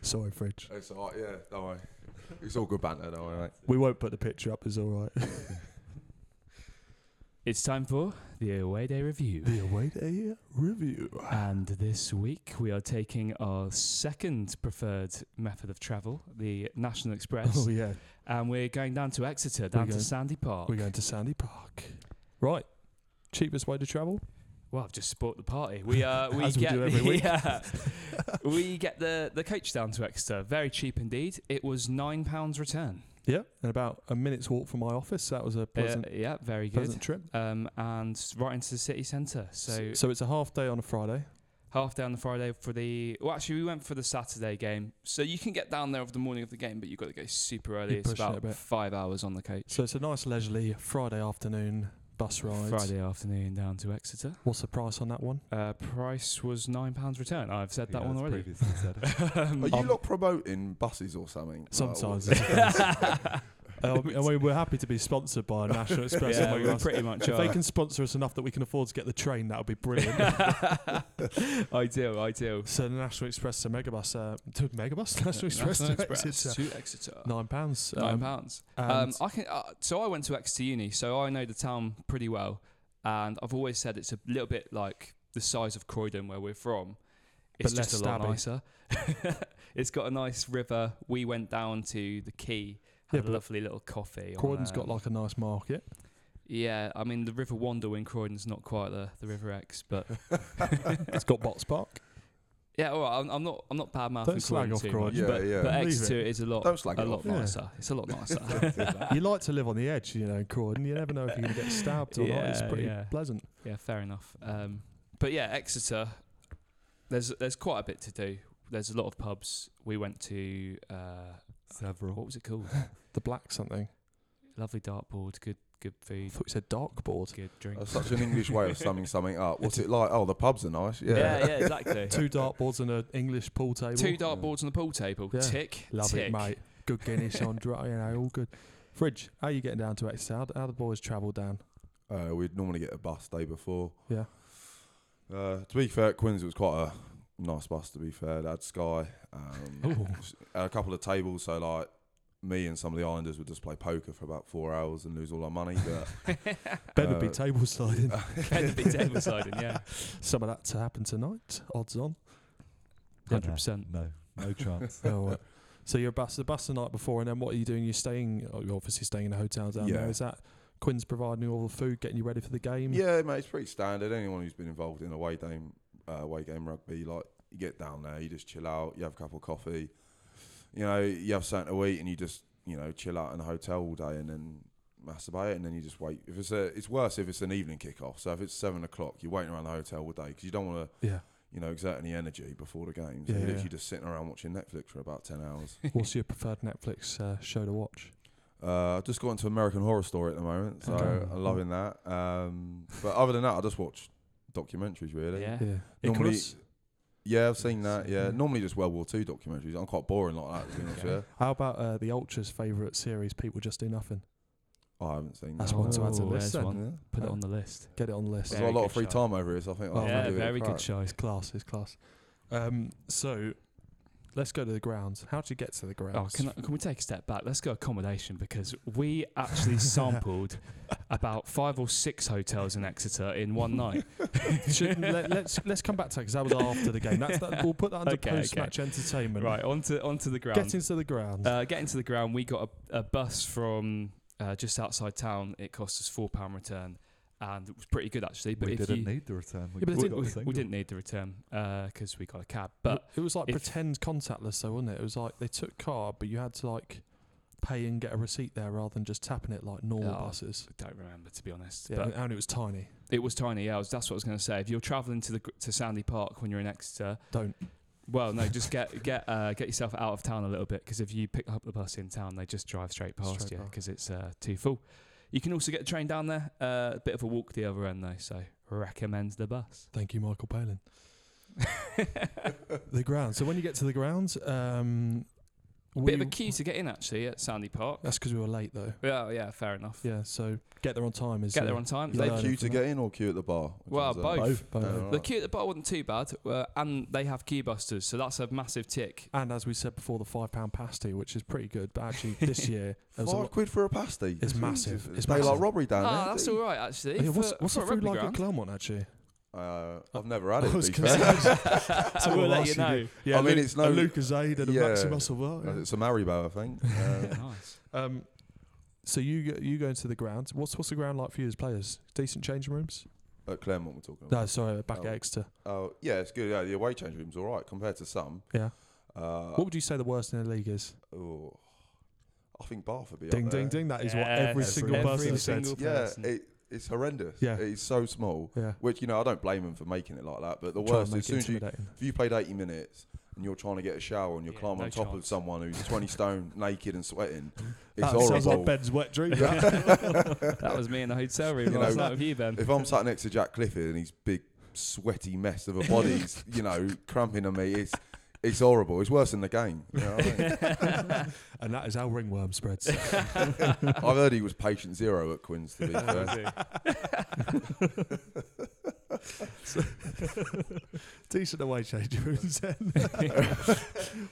Sorry, Fridge. It's all right, yeah, don't worry. It's all good banter, don't worry, mate. We won't put the picture up, it's alright. It's time for the away day review. The away day review. And this week we are taking our second preferred method of travel, the National Express, Oh, yeah, and we're going down to Exeter, down to going- Sandy Park. we're going to Sandy Park. Right, cheapest way to travel? Well, I've just spoilt the party. We [LAUGHS] uh, we As we get do every week. [LAUGHS] [LAUGHS] yeah. we get the the coach down to Exeter. Very cheap indeed. It was nine pounds return. Yeah, and about a minute's walk from my office. That was a Uh, pleasant, yeah, very good. pleasant trip. Um, and right into the city centre. So so it's a half day on a Friday. half day on the Friday for the. Well, actually, we went for the Saturday game. So you can get down there of the morning of the game, but you've got to go super early. You It's push it a about bit. five hours on the coach. So it's a nice leisurely Friday afternoon bus rides. Friday afternoon down to Exeter. What's the price on that [LAUGHS] one? Uh, price was nine pounds return. I've said that one already. Previously [LAUGHS] said. [LAUGHS] Um, Are you um, lot promoting buses or something? Sometimes. Uh, what- [LAUGHS] [LAUGHS] [LAUGHS] Uh, I mean, I mean, we're happy to be sponsored by National Express. yeah, and we Wheelhouse. pretty much if they are. [LAUGHS] can sponsor us enough that we can afford to get the train, that would be brilliant. [LAUGHS] I do, I do. so the National Express to Megabus, uh, to [LAUGHS] Megabus, National Express to Exeter. to Exeter. Nine pounds. Nine um, pounds. and Um, I can. Uh, so I went to Exeter Uni, so I know the town pretty well, and I've always said it's a little bit like the size of Croydon, where we're from. It's But just less a lot stabby. nicer. [LAUGHS] it's got a nice river. We went down to the quay, had Yeah, a but lovely little coffee. on, Croydon's um, got like a nice market. Yeah, I mean the River Wander in Croydon's not quite the, the River X, but It's got Box [LAUGHS] Park. yeah, all right. I'm, I'm not I'm not bad mouthing Don't slag Croydon off too Croydon. much, Yeah, but, yeah. but Leave Exeter it. is a lot Don't slag a it lot off. Yeah. nicer. It's a lot nicer. [LAUGHS] Don't do that. You like to live on the edge, you know, in Croydon. You never know if you're going to get stabbed or not. It's Yeah, pretty yeah. pleasant. Yeah, fair enough. Um, but yeah, Exeter. There's there's quite a bit to do. There's a lot of pubs. We went to uh, Several. what was it called? [LAUGHS] The black something. Lovely dartboard, good good I food, thought you said dark board. good drink. That's such an English way of summing something up. What's it like? Oh, the pubs are nice. Yeah. yeah, yeah, [LAUGHS] exactly. Two dartboards and an English pool table. Two dartboards on the pool table. Yeah. Tick, Love tick. it, [LAUGHS] mate. Good Guinness on dry, you know, all good. Fridge, how you getting down to Exeter? How, how the boys travel down? Uh, we'd normally get a bus day before. Yeah. Uh, to be fair, at Quinns it was quite a nice bus. To be fair, they had Sky, [LAUGHS] um, had a couple of tables. So like me and some of the Islanders would just play poker for about four hours and lose all our money. But Ben would be Uh, table sliding. Had to be table siding, yeah, Some of that to happen tonight. Odds [LAUGHS] on. hundred percent. No, [LAUGHS] no chance. Oh, uh, so you're bus the bus the night before, and then what are you doing? You're staying. oh, You're obviously staying in a hotel down there. Yeah. Is that Quinn's providing you all the food, getting you ready for the game? yeah, mate, it's pretty standard. Anyone who's been involved in away game, uh, away game rugby, like you get down there, you just chill out, you have a cup of coffee, you know, you have something to eat, and you just you know chill out in a hotel all day, and then masturbate, and then you just wait. If it's a, it's worse if it's an evening kickoff. So if it's seven o'clock, you're waiting around the hotel all day because you don't want to. Yeah. You know, exert any energy before the game. So Yeah, you're yeah. literally just sitting around watching Netflix for about ten hours. What's your preferred Netflix uh, show to watch? Uh, I've just got into American Horror Story at the moment, so Okay. I'm loving that. Um, but other than that, I just watch documentaries really. Yeah. Normally- Icarus? Yeah, I've seen that. Yeah, Yeah. normally just World War Two documentaries. I'm quite boring like that. To be honest, Yeah. yeah. How about uh, the Ultra's favourite series, People Just Do Nothing? Oh, I haven't seen that. That's one to add to Oh, the list. there's then. one. Yeah. Put it on the list. Get it on the list. I've Very got a lot good of free show. time over here, so I think. I'll Oh, have yeah, to give it a very good crack. show. It's class. It's class. Um, so let's go to the grounds. How would you get to the Oh, grounds? can, I, can we take a step back? Let's go accommodation because we actually sampled about five or six hotels in Exeter in one night. Shouldn't- let, us let's come back to that because that was after the game. That's that, we'll put that under [LAUGHS] Okay, okay. post-match entertainment. [LAUGHS] right onto onto the ground. Get into the ground. uh, getting to the ground, we got a, a bus from uh, just outside town. It cost us four pound return, and it was pretty good actually. But we if didn't you, need the return. We, Yeah, but it we didn't- we- got a we we [LAUGHS] single. didn't need the return because we got a cab. But it was like if- pretend contactless, though, wasn't it? It was like they took card, but you had to like pay and get a receipt there rather than just tapping it like normal Oh, buses. I don't remember to be honest. Yeah, but and- and it was tiny. it was tiny. Yeah, I was- that's what I was going to say. If you're travelling to the gr- to Sandy Park when you're in Exeter, Don't. Well, no, just get get uh, get yourself out of town a little bit because if you pick up the bus in town, they just drive straight past Straight you past. because it's uh, too full. You can also get a train down there. Uh, a bit of a walk the other end though, so recommend the bus. Thank you, Michael [LAUGHS] Palin. the ground. So when you get to the ground, um, we, bit of a queue to get in actually at Sandy Park. that's because we were late though. Yeah, yeah, fair enough. Yeah, so get there on time is Get there uh, on time. you They- learn. They queue to get in or queue at the bar? Which Well, one's both. that? both. Oh, the right. queue at the bar wasn't too bad, uh, and they have queue busters, so that's a massive tick. And as we said before, the five pound pasty, which is pretty good, but actually [LAUGHS] this year there was a Five lot- quid for a pasty. It's massive. Jesus, It's It's daylight massive. robbery down Ah, there. that's isn't all right actually. Oh, yeah, what's for- what's uh, for the a food like rugby at [LAUGHS] [LAUGHS] ground. Claremont actually? it? Uh, I've never had I it. to was be gonna fair. [LAUGHS] So we'll Someone let you asked you. know. Yeah, I mean, Lu- it's a no- Lucas Aid and a Yeah. Maximus of Bar, yeah. It's a Maribo, [LAUGHS] I think. Yeah, Uh, nice. Um, so you go, you go into the ground. What's what's the ground like for you as players? Decent changing rooms? at Claremont, we're talking. About. No, sorry, back Oh. at Exeter. Oh, yeah, it's good. Yeah, the away change room's all right compared to some. Yeah. Uh, What would you say the worst in the league is? oh, I think Bath would be. up Ding, there. ding, ding. That is what every Yes, single every person single said. Yeah, person. it, it's horrendous. Yeah. it's so small. Yeah. Which you know, I don't blame them for making it like that. But the Try and worst, make as it soon as you intimidating. if you played eighty minutes and you're trying to get a shower and you're Yeah, climbing no on top of chance. someone who's [LAUGHS] 20 stone naked and sweating. It's That sounds horrible. like Ben's wet dream. [LAUGHS] That was me in the hotel room You last know, night with you, Ben. if I'm sat next to Jack Clifford and his big sweaty mess of a body's, [LAUGHS] you know, cramping on me, it's it's horrible. It's worse than the game. You [LAUGHS] know what I mean? [LAUGHS] and that is how ringworm [LAUGHS] spreads. I've heard he was patient zero at Quinn's. [LAUGHS] To be fair, Decent away change rooms [LAUGHS] then.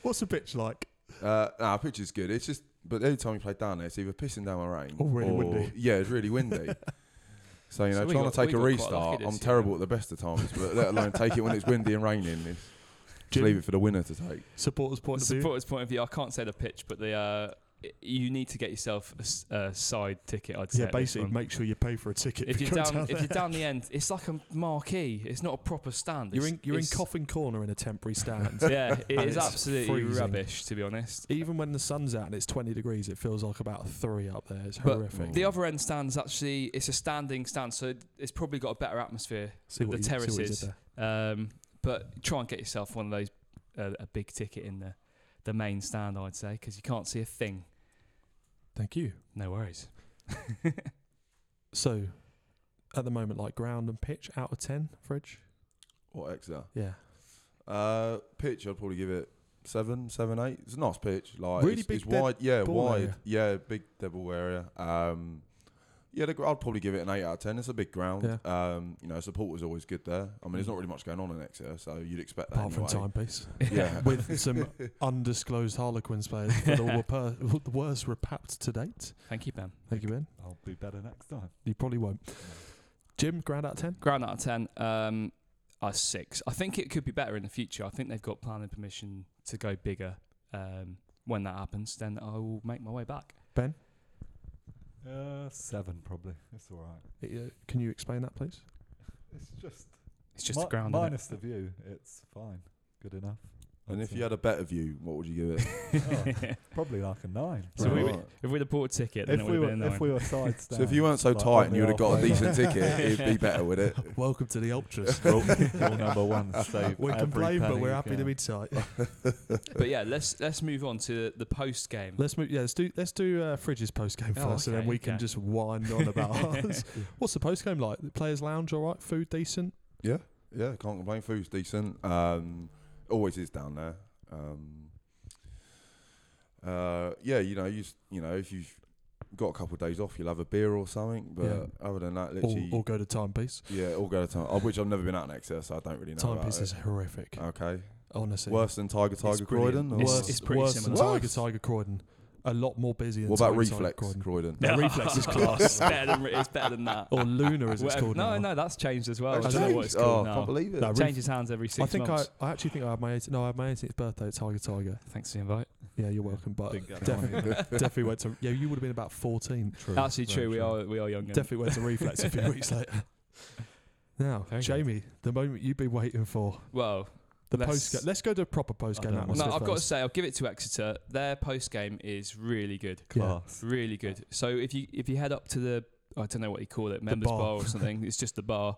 What's the pitch like? uh, nah, pitch is good. It's just, but every time we played down there, it's either pissing down the rain Or Oh, really or- windy. Yeah, it's [LAUGHS] really windy. So you know, So we trying got- to take we a got quite restart, lucky this I'm year. terrible at the best of times, but let alone take it when it's windy and raining. [LAUGHS] It's, Jim- just leave it for the winner to take. Supporters The [LAUGHS] point of view. supporters' point of view, I can't say the pitch, but the uh, i- you need to get yourself a, s- a side ticket. I'd say Yeah, at this basically one. make sure you pay for a ticket. if you're go down, if there. you're down the end, it's like a marquee. It's not a proper stand. you're It's- in you're in it's- coffin corner in a temporary stand. [LAUGHS] Yeah, it And is it's absolutely freezing. rubbish, to be honest. Even when the sun's out and it's 20 degrees, it feels like about three up there. It's But horrific. The other end stand's actually it's a standing stand, so it's probably got a better atmosphere. see the you- see you did terraces. there. Um, but try and get yourself one of those uh, a big ticket in the the main stand, I'd say, because you can't see a thing. Thank you. No [LAUGHS] worries. So, at the moment, like ground and pitch, out of 10, Fridge? What Exeter? Yeah. Uh, pitch, I'd probably give it seven, seven, eight. It's a nice pitch. Like Really it's, big it's dead wide, yeah, ball wide, area. yeah, big dead ball area. Um, yeah, the, gr- I'd probably give it an eight out of ten. It's a big ground. Yeah. Um, you know, support was always good there. I mean, there's not really much going on in Exeter, so you'd expect that. Apart from anyway. [LAUGHS] timepiece. yeah. With some undisclosed Harlequins players that all were per- [LAUGHS] the worst were papped to date. Thank you, Ben. Thank you, Ben. I'll be better next time. You probably won't. Jim, ground out of 10? Ground out of ten, um, a six. I think it could be better in the future. I think they've got planning permission to go bigger. Um, when that happens, then I will make my way back. Uh, seven probably. It's all right. Uh, Can you explain that, please? It's just It's just mi- a ground. innit? minus the view. It's fine. Good enough. and That's if it. you had a better view, what would you give [LAUGHS] it? [LAUGHS] Oh, probably like a nine. So we, Right. [LAUGHS] if we'd have bought a ticket, then if it would we have were been a nine. if we were side [LAUGHS] so if you weren't so tight and you would have got a decent ticket, [LAUGHS] it'd be better, would it? [LAUGHS] Welcome to the Ultras. [LAUGHS] rule, rule number one: save we every complain, but penny we're you happy to [LAUGHS] can. be tight. but yeah, let's let's move on to the post game. Let's move. Yeah, let's do let's do uh, Fridge's post game Oh, first, and then okay, we okay. can just whine on [LAUGHS] about ours. Yeah. What's the post game like? The players' lounge, all right? Food decent? Yeah, [LAUGHS] yeah, can't complain. Food's decent. Um, always is down there. Um, uh, yeah, you know, you s- you know, if you've got a couple of days off, you'll have a beer or something. But Yeah. other than that, Or, literally, or go to timepiece? yeah, all go to time. oh, Which I've never been out next, so I don't really know. about Timepiece it. is horrific. okay. honestly, Worse than Tiger Tiger brilliant. Croydon. It's, Worse- worse, it's pretty worse than similar. Tiger Worse. Tiger Croydon. A lot more busy than what about Tiger Reflex Tiger Croydon. Croydon? [LAUGHS] No, reflex [LAUGHS] is class. it's, better than, it's better than that. Or Luna, as it's Whatever- called. no, now. no, that's changed as well. That's I don't know changed? what it's oh, called can't now. believe it. No, It Ref- changes hands every I six think I, months. I actually think I had my 18th, no, I had my 18th birthday at Tiger Tiger. Thanks for the invite. Yeah, you're welcome. But Didn't get that one definitely, [LAUGHS] definitely went to. Yeah, you would have been about 14. True. Actually, Very true. We are we are younger. Definitely went to Reflex a few weeks later. Now, Very good. Jamie, the moment you've been waiting for [LAUGHS] Well, the Let's- post. Let's go to a proper post game I don't atmosphere. What's no, I've got to first. say, I'll give it to Exeter. Their post game is really good, Yeah. Class. really good. So if you if you head up to the I don't know what you call it, members bar. bar. [LAUGHS] or something. it's just the bar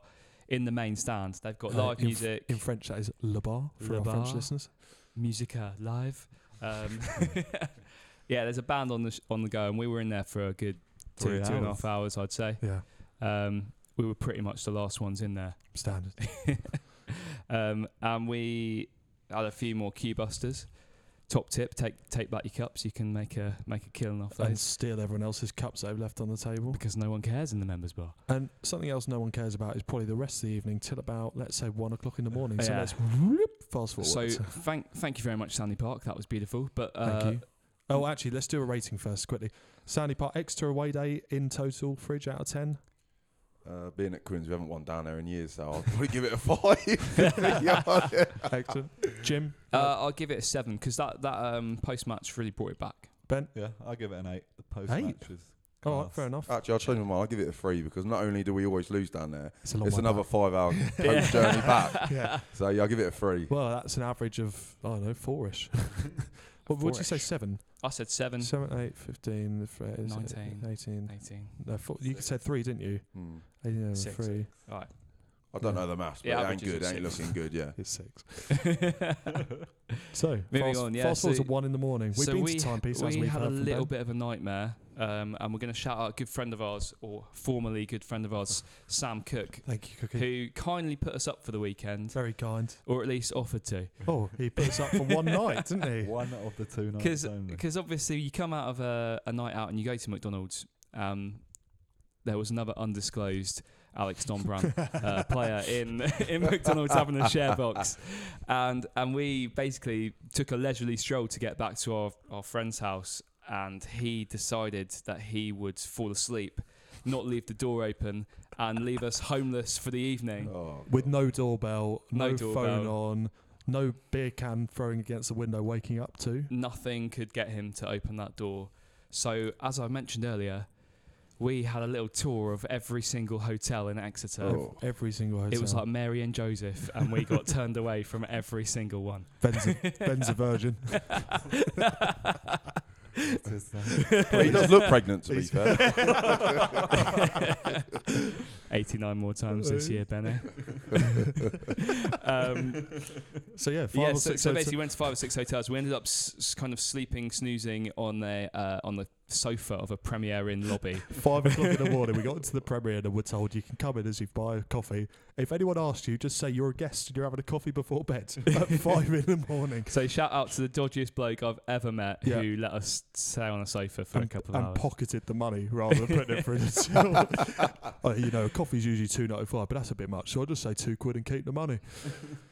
in the main stand. They've got Uh, live in f- music, In French, that is Le Bar for Le our French Bar. listeners. Musica live. [LAUGHS] Um, [LAUGHS] yeah, there's a band on the sh- on the go, and we were in there for a good two Three two and a hours. half hours, I'd say. Yeah, Um, we were pretty much the last ones in there, standard. um, and we had a few more key busters. Top tip: take take back your cups. You can make a make a killing off and those steal everyone else's cups they've left on the table. because no one cares in the members bar. And something else no one cares about is probably the rest of the evening till about let's say one o'clock in the morning. So Yeah. let's whoop, fast forward. So thank thank you very much, Sandy Park. That was beautiful. But uh, Thank you. Oh, actually, let's do a rating first quickly. Sandy Park, extra away day in total, fridge out of [LAUGHS] 10. Uh, being at Queen's, we haven't won down there in years, so I'll probably give it [LAUGHS] a five. [LAUGHS] Yeah. Excellent. Jim, uh, I'll give it a seven because that that um, post match really brought it back. Yeah, I give it an eight. The post Eight? matches. all right, fair enough. Actually, I'll change my mind. I'll give it a three because not only do we always lose down there, It's, a Oh long it's way another back. [LAUGHS] five hour coach journey back. yeah. So yeah, I'll give it a three. Well, that's an average of, I don't know, [LAUGHS] fourish. what would you say, Four-ish. seven? I said seven, Seven, eight, 15, fr- is it Nineteen. 18. eighteen. No, four, you Six. said three, didn't you? Hmm. Yeah, Six. three. All right. I don't Yeah. know the maths, but Yeah, it ain't averages good. are Ain't six. looking [LAUGHS] good. Yeah. It's six. [LAUGHS] so So Moving fast, on, yeah, Fast forward so- to one in the morning. We've been we, to time pieces. as we we've had a heard from little Ben. bit of a nightmare, um, and we're going to shout out a good friend of ours, or formerly good friend of [LAUGHS] ours, Sam Cook, Thank you, Cookie. who kindly put us up for the weekend, Very [LAUGHS] kind. or at least offered to. Oh, he put us up for one night, didn't he? One of the two nights Because only. obviously you come out of a, a night out and you go to McDonald's. Um, there was another undisclosed Alex Donbran uh, player in in McDonald's having a share box, and and we basically took a leisurely stroll to get back to our our friend's house, and he decided that he would fall asleep, not leave the door open, and leave us homeless for the evening. Oh, With God. no doorbell, no, No phone doorbell. on, no beer can throwing against the window, waking up to. nothing could get him to open that door. So, as I mentioned earlier, we had a little tour of every single hotel in Exeter. Oh. Every single hotel. It was like Mary and Joseph, and we [LAUGHS] got turned away from every single one. Ben's a, [LAUGHS] Ben's a virgin. It is, [LAUGHS] uh, But [LAUGHS] he does look pregnant, to be fair. [LAUGHS] 89 more times this [LAUGHS] year, Benny. um, So yeah, five yeah, or so, six. so hotel- basically, we went to five or six hotels. We ended up s- s- kind of sleeping, snoozing on the uh, on the sofa of a Premier Inn lobby. Five o'clock in [LAUGHS] the morning, we got into the Premier and were told you can come in as you buy a coffee. If anyone asks you, just say you're a guest and you're having a coffee before [LAUGHS] bed at five in the morning. So shout out to the dodgiest bloke I've ever met Yeah. who let us stay on a sofa for a And, couple of and hours. pocketed the money rather than putting it for [LAUGHS] himself. uh, you know, a coffee's usually two ninety five, but that's a bit much. So I'll just say two quid and keep the money.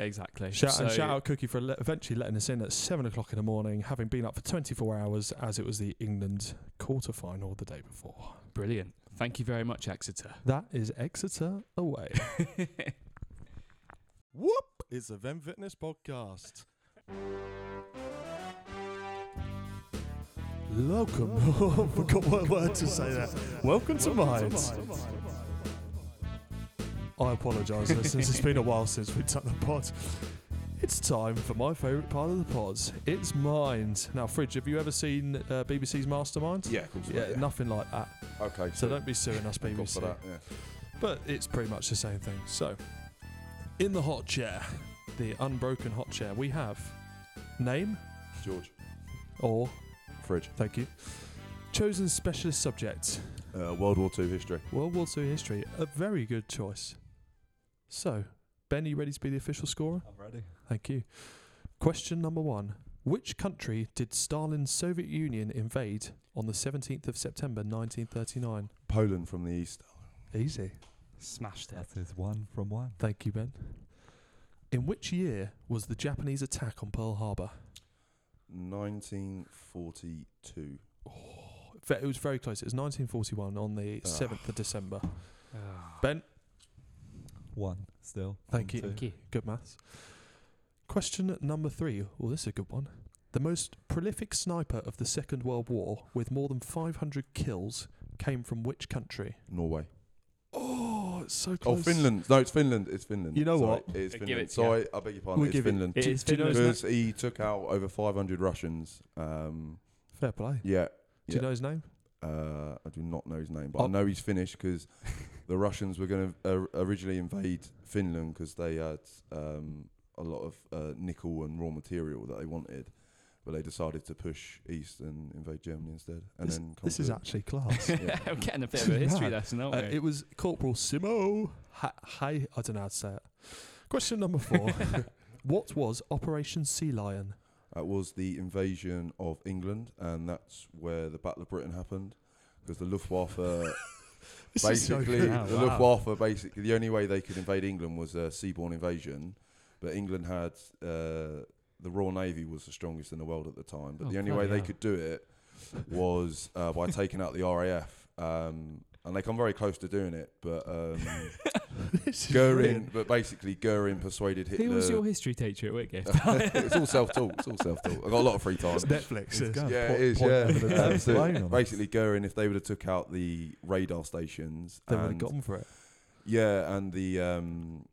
exactly. Shout, so, and shout out Cookie for le- eventually letting us in at seven o'clock in the morning, having been up for twenty four hours as it was the England quarter final the day before. Brilliant. Thank you very much, Exeter. That is Exeter [LAUGHS] away. Whoop! It's the Vem Fitness Podcast. Welcome. [LAUGHS] I forgot what word to say there. Welcome to mine. I apologise, listeners. It's been a while since we've done the pod. It's time for my favourite part of the pods. It's Mind. Now, Fridge, have you ever seen uh, BBC's Mastermind? yeah, of course. Yeah, Yeah, yeah. nothing like that. Okay. So cool. don't be suing us, Got BBC for that. Yeah. but it's pretty much the same thing. So, in the hot chair, the unbroken hot chair, we have name George, or fridge. thank you, chosen specialist subject, Uh, World War Two history. World War II history. A very good choice. So, Ben, you ready to be the official scorer? I'm ready. Thank you. Question number one: Which country did Stalin's Soviet Union invade on the 17th of September 1939? Poland from the east. Easy. Smashed it. That is one from one. Thank you, Ben. In which year was the Japanese attack on Pearl Harbor? 1942. Ve- It was very close. It was 1941 on the 7th of December. Ah. Ben, One still. Thank one, you. two. Thank you. good maths. Question number three. Well, this is a good one. The most prolific sniper of the Second World War, with more than 500 kills, came from which country? Norway. Oh, it's so Oh, close. Finland. No, it's Finland. It's Finland. You know Sorry, what? It's Uh, give Finland. it to Sorry, I beg your pardon. We'll it's give it- Finland. It is do you know his Finland. Because he took out over 500 Russians. Um, Fair play. yeah. Do you Yeah. know his name? Uh, I do not know his name, but Oh. I know he's Finnish because the Russians were going to uh, originally invade Finland because they had um, a lot of uh, nickel and raw material that they wanted, but they decided to push east and invade Germany instead. And then This is conquer- actually [LAUGHS] [LAUGHS] class. Yeah. We're getting a bit of a history lesson, aren't Uh, we? it was Corporal Simo. Hi, hi, I don't know how to say it. Question number [LAUGHS] four. what was Operation Sea Lion? That was the invasion of England, and that's where the Battle of Britain happened. Because the Luftwaffe, [LAUGHS] [LAUGHS] This is so Uh, basically, good. Wow, the Oh, wow. Luftwaffe, basically, the only way they could invade England was a seaborne invasion. But England had uh, the Royal Navy was the strongest in the world at the time. But Oh, the only way bloody they hell. could do it was uh, [LAUGHS] by taking out the RAF. Um, and they come very close to doing it, but [LAUGHS] um, This is brilliant. Goering, but basically Goering persuaded Hitler. Who was your history teacher at Whitgift? Uh, it's [LAUGHS] all self-taught. It's all self-taught. I got a lot of free time. It's Netflix. It's this. going Yeah, point- it is. point Yeah, [LAUGHS] evidence Yeah, is absolutely. blown on us. Basically, Goering, if they would have took out the radar stations, They would have and- gone for it. yeah, and the um,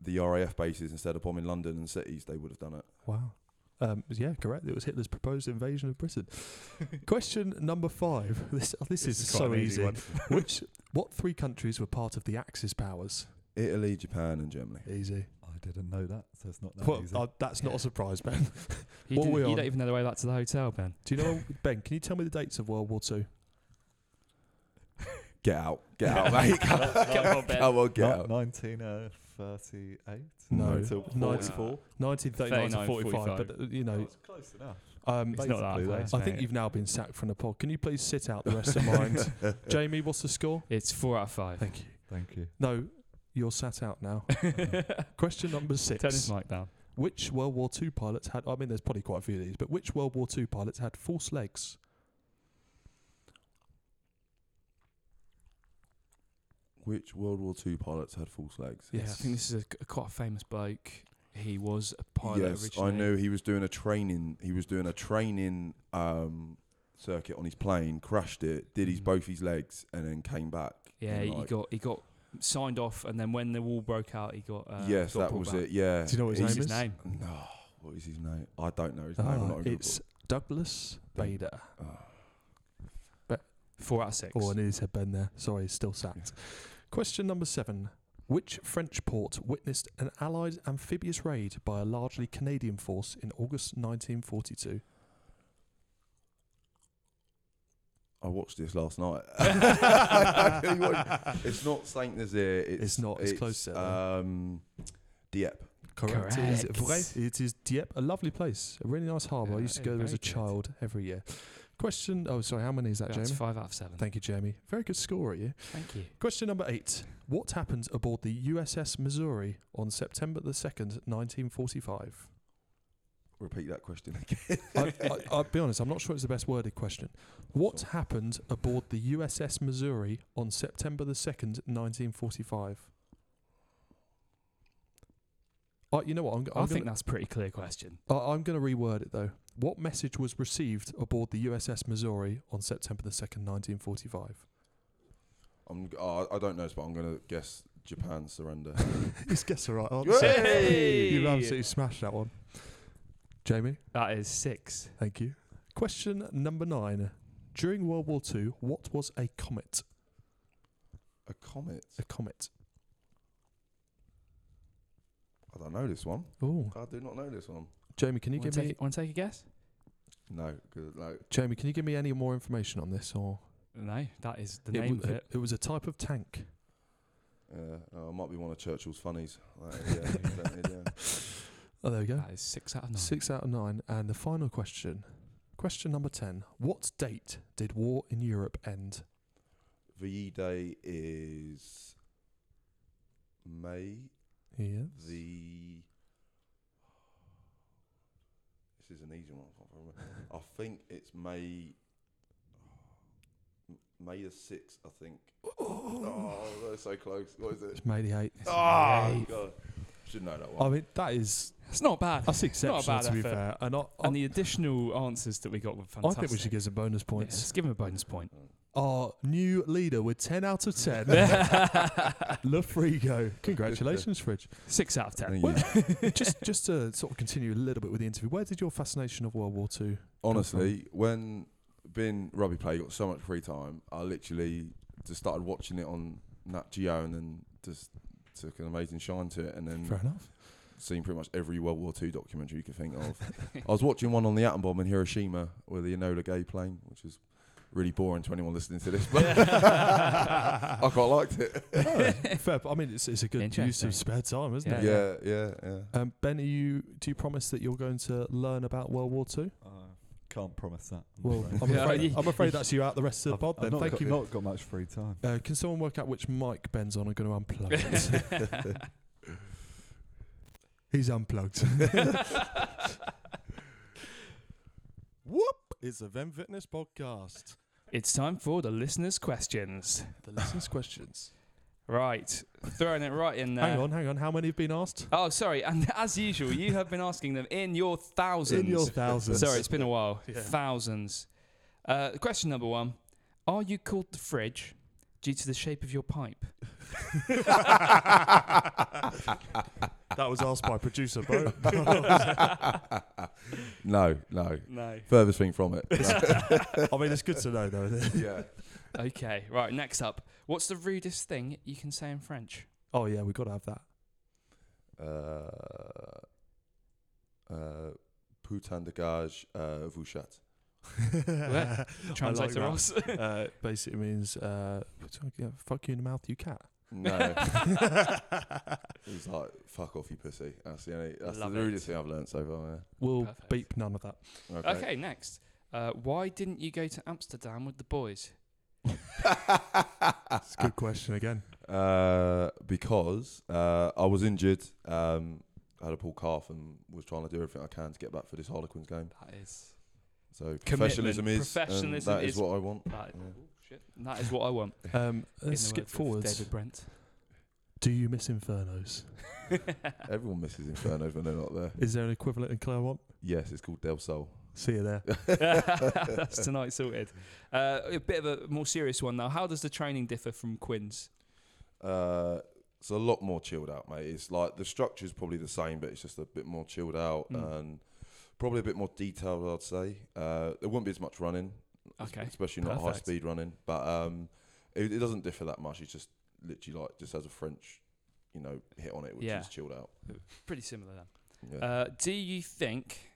the RAF bases instead of bombing London and cities, they would have done it. Wow. Um, yeah, correct. It was Hitler's proposed invasion of [LAUGHS] Britain. Question number five. [LAUGHS] This, oh, this, is, quite so [LAUGHS] an easy. one. Which, what three countries were part of the Axis powers? Italy, Japan, and Germany. Easy. I didn't know that, so it's not that well, easy. uh, that's not a surprise, [LAUGHS] Ben. You, What didn't- we you on? don't even know the way back to the hotel, Ben. Do you know, Ben? Can you tell me the dates of World War Two? Get out, get out, mate. [LAUGHS] Come Come on, Ben. on, get Not out. 1938 No. until No. [LAUGHS] 44. 1939 to 39, 45. But uh, you know, That's close enough. um, It's not that Basically, high. that's- I think you've now been sacked from the pod. Can you please sit out the [LAUGHS] rest of mine? Jamie, what's the score? It's four out of five. [LAUGHS] Thank you. Thank you. No, you're sat out now. Question number Turn his six. mic down. Which World War Two pilots had? I mean, there's probably quite a few of these, but which World War Two pilots had false legs? Which World War Two pilots had false legs? Yeah, I think this is a, quite a famous bloke. He was a pilot yes, I originally. know he was doing a training. He was doing a training um, circuit on his plane, crashed it, did his Mm. both his legs, and then came back. Yeah, and, he like- got he got signed off, and then when the war broke out, he got. Uh, yes, got that brought was back. it. Yeah. Do you know what his What's name his is? name? No, what is his name? I don't know his name. I'm Ah, not even- it's Douglas Bader. Ah. Four out of six. Oh, I nearly said Ben there. Sorry, still sacked. Question number seven. Which French port witnessed an Allied amphibious raid by a largely Canadian force in August 1942? I watched this last night. [LAUGHS] [LAUGHS] [LAUGHS] I don't know what- it's not Saint Nazaire. It's, It's not, it's close to it, though. Um, Dieppe. Is it, vrai? Correct. it is Dieppe, a lovely place, a really nice harbour. I Yeah, used to yeah, go there very as a good. child every year. Question. Oh, sorry. How many is that, That's Jamie? five out of seven. Thank you, Jamie. Very good score at you. Thank you. Question number eight. What happened aboard the USS Missouri on September the 2nd, 1945? Repeat that question again. I, I, I'll be honest, I'm not sure it's the best worded question. What Sorry. happened aboard the USS Missouri on September the 2nd, 1945? Uh, you know what? I'm, g- i I'm gonna, think that's a pretty clear question. I- I'm going to reword it though. What message was received aboard the USS Missouri on September the 2nd, [LAUGHS] 1945? [LAUGHS] I'm, g- oh, I don't know, but I'm gonna guess Japan surrender. It's guess the right answer. Hey! You've absolutely smashed that one. Jamie? That is six. Thank you. Question number nine. During World War II, what was a comet? a comet. A comet. I don't know this one. Oh, I do not know this one. Jamie, can you Wanna give me take, want to take a guess? No, 'cause, like Jamie? Can you give me any more information on this? Or No, that is the it, name wa- of it. it was a type of tank. uh, no, it might be one of Churchill's funnies. Like, yeah, [LAUGHS] exactly, yeah. Oh, there we go. That is six out of nine. Six out of nine. And the final question. Question number ten. What date did war in Europe end? VE Day is May Yeah. the. This is an easy one. I can't remember. I think it's May. May the sixth, I think. Oh, that's so close. What is it? It's May the eighth. Oh God, should know that I one. mean, that is It's not bad. that's exceptional bad to be effort. fair. And I, I, and the additional answers that we got were I fantastic. think we should give some bonus Yeah, points. let's give him a [LAUGHS] bonus point. [LAUGHS] Oh. Our new leader with ten out of ten. [LAUGHS] Lafrigo. Congratulations, Fridge. Six out of ten. Thank [LAUGHS] you. just just to sort of continue a little bit with the interview, where did your fascination of World War Two? Honestly, when being rugby player, got so much free time. I literally just started watching it on Nat Geo, and then just took an amazing shine to it, and then Fair [LAUGHS] enough. seen pretty much every World War Two documentary you could think of. I was watching one on the atom bomb in Hiroshima with the Enola Gay plane, which is really boring to anyone listening to [LAUGHS] this, [LAUGHS] but I quite liked it. fair. But I mean, it's, it's a good use Interesting. of spare time, isn't Yeah, it? Yeah, yeah, yeah. Um, ben, are you? Do you promise that you're going to learn about World War Two? I can't promise that. I'm Well, afraid. I'm Yeah, afraid, you- I'm afraid that's you out the rest of the I've- pod. I've Then not thank got, you. Not got much free time. Uh, can someone work out which mic Ben's on? I'm going to unplug. it. He's unplugged. Whoop! It's a Vem Fitness podcast. it's time for the listeners' questions. The listeners' questions. Right, throwing it right in there. Hang on, hang on. How many have been asked? Oh, sorry. And [LAUGHS] as usual, you have been asking them in your thousands. In your thousands. Sorry, it's been a while. Yeah. Thousands. Uh, question number one: Are you called the fridge due to the shape of your pipe? That was asked by producer Bo. [LAUGHS] No, no. [LAUGHS] No. Furthest thing from it. No. [LAUGHS] I mean, it's good to know though. isn't it? yeah. Okay. Right. Next up, what's the rudest thing you can say in French? Oh yeah, we've got to have that. Uh, uh, Putain de gage uh, vous chatte. I Translate like that. to Ross. [LAUGHS] Uh, basically means uh, yeah, fuck you in the mouth, you cat. [LAUGHS] No, [LAUGHS] [LAUGHS] he's like, fuck off, you pussy. That's the only, that's Love the it. rudest thing I've learned so far. We'll Perfect. beep none of that. Yeah. okay. next. Uh, why didn't you go to Amsterdam with the boys? [LAUGHS] It's a Ah. good question again. Uh, because uh, I was injured. Um, I had a pulled calf and was trying to do everything I can to get back for this Harlequins game. That is. So professionalism is Professionalism and that is, is- what I want. That, Yeah. oh, shit. that is what I [LAUGHS] want. Um, in let's the skip words of forwards. David Brent. Do you miss Infernos? [LAUGHS] Everyone misses Inferno when they're not there. Is there an equivalent in Claremont? Yes, it's called Del Sol. See you there. That's tonight sorted. Uh, a bit of a more serious one now. How does the training differ from Quinn's? Uh, it's a lot more chilled out, mate. It's like the structure's probably the same, but it's just a bit more chilled out Mm. and probably a bit more detailed. I'd say uh, there wouldn't be as much running, Okay. especially not high Perfect. speed running. But um, it, it doesn't differ that much. It's just literally like just has a French, you know, hit on it, which Yeah. is chilled out. Pretty similar then. Yeah. Uh, do you think?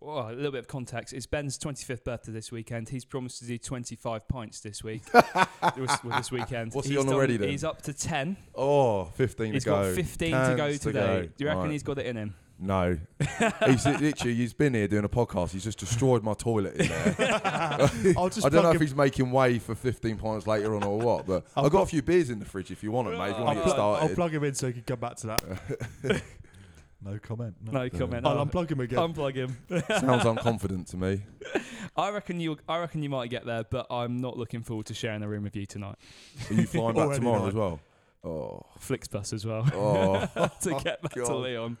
Well, a little bit of context. It's Ben's 25th birthday this weekend. He's promised to do 25 pints this week. [LAUGHS] Uh, [LAUGHS] this, well, this weekend. What's he he's on already then? He's up to 10. oh, 15 He's to go. got 15 to Cans go today. Do you reckon Right. he's got it in him? No, [LAUGHS] he's literally he's been here doing a podcast. He's just destroyed my toilet in there. [LAUGHS] I'll just I don't know plug if in- he's making way for 15 pints later on or what, but I'll I've got a put- few beers in the fridge if you want it, mate. If you I'll, want to get plug, I'll started. plug him in so he can come back to that. No comment. [LAUGHS] No comment. I'll Oh, unplug him again. unplug him. [LAUGHS] Sounds unconfident to me. I reckon you. I reckon you might get there, but I'm not looking forward to sharing a room with you tonight. Are you flying back Already tomorrow not. as well? Oh, Flixbus as well oh, [LAUGHS] to get back to God. Leon.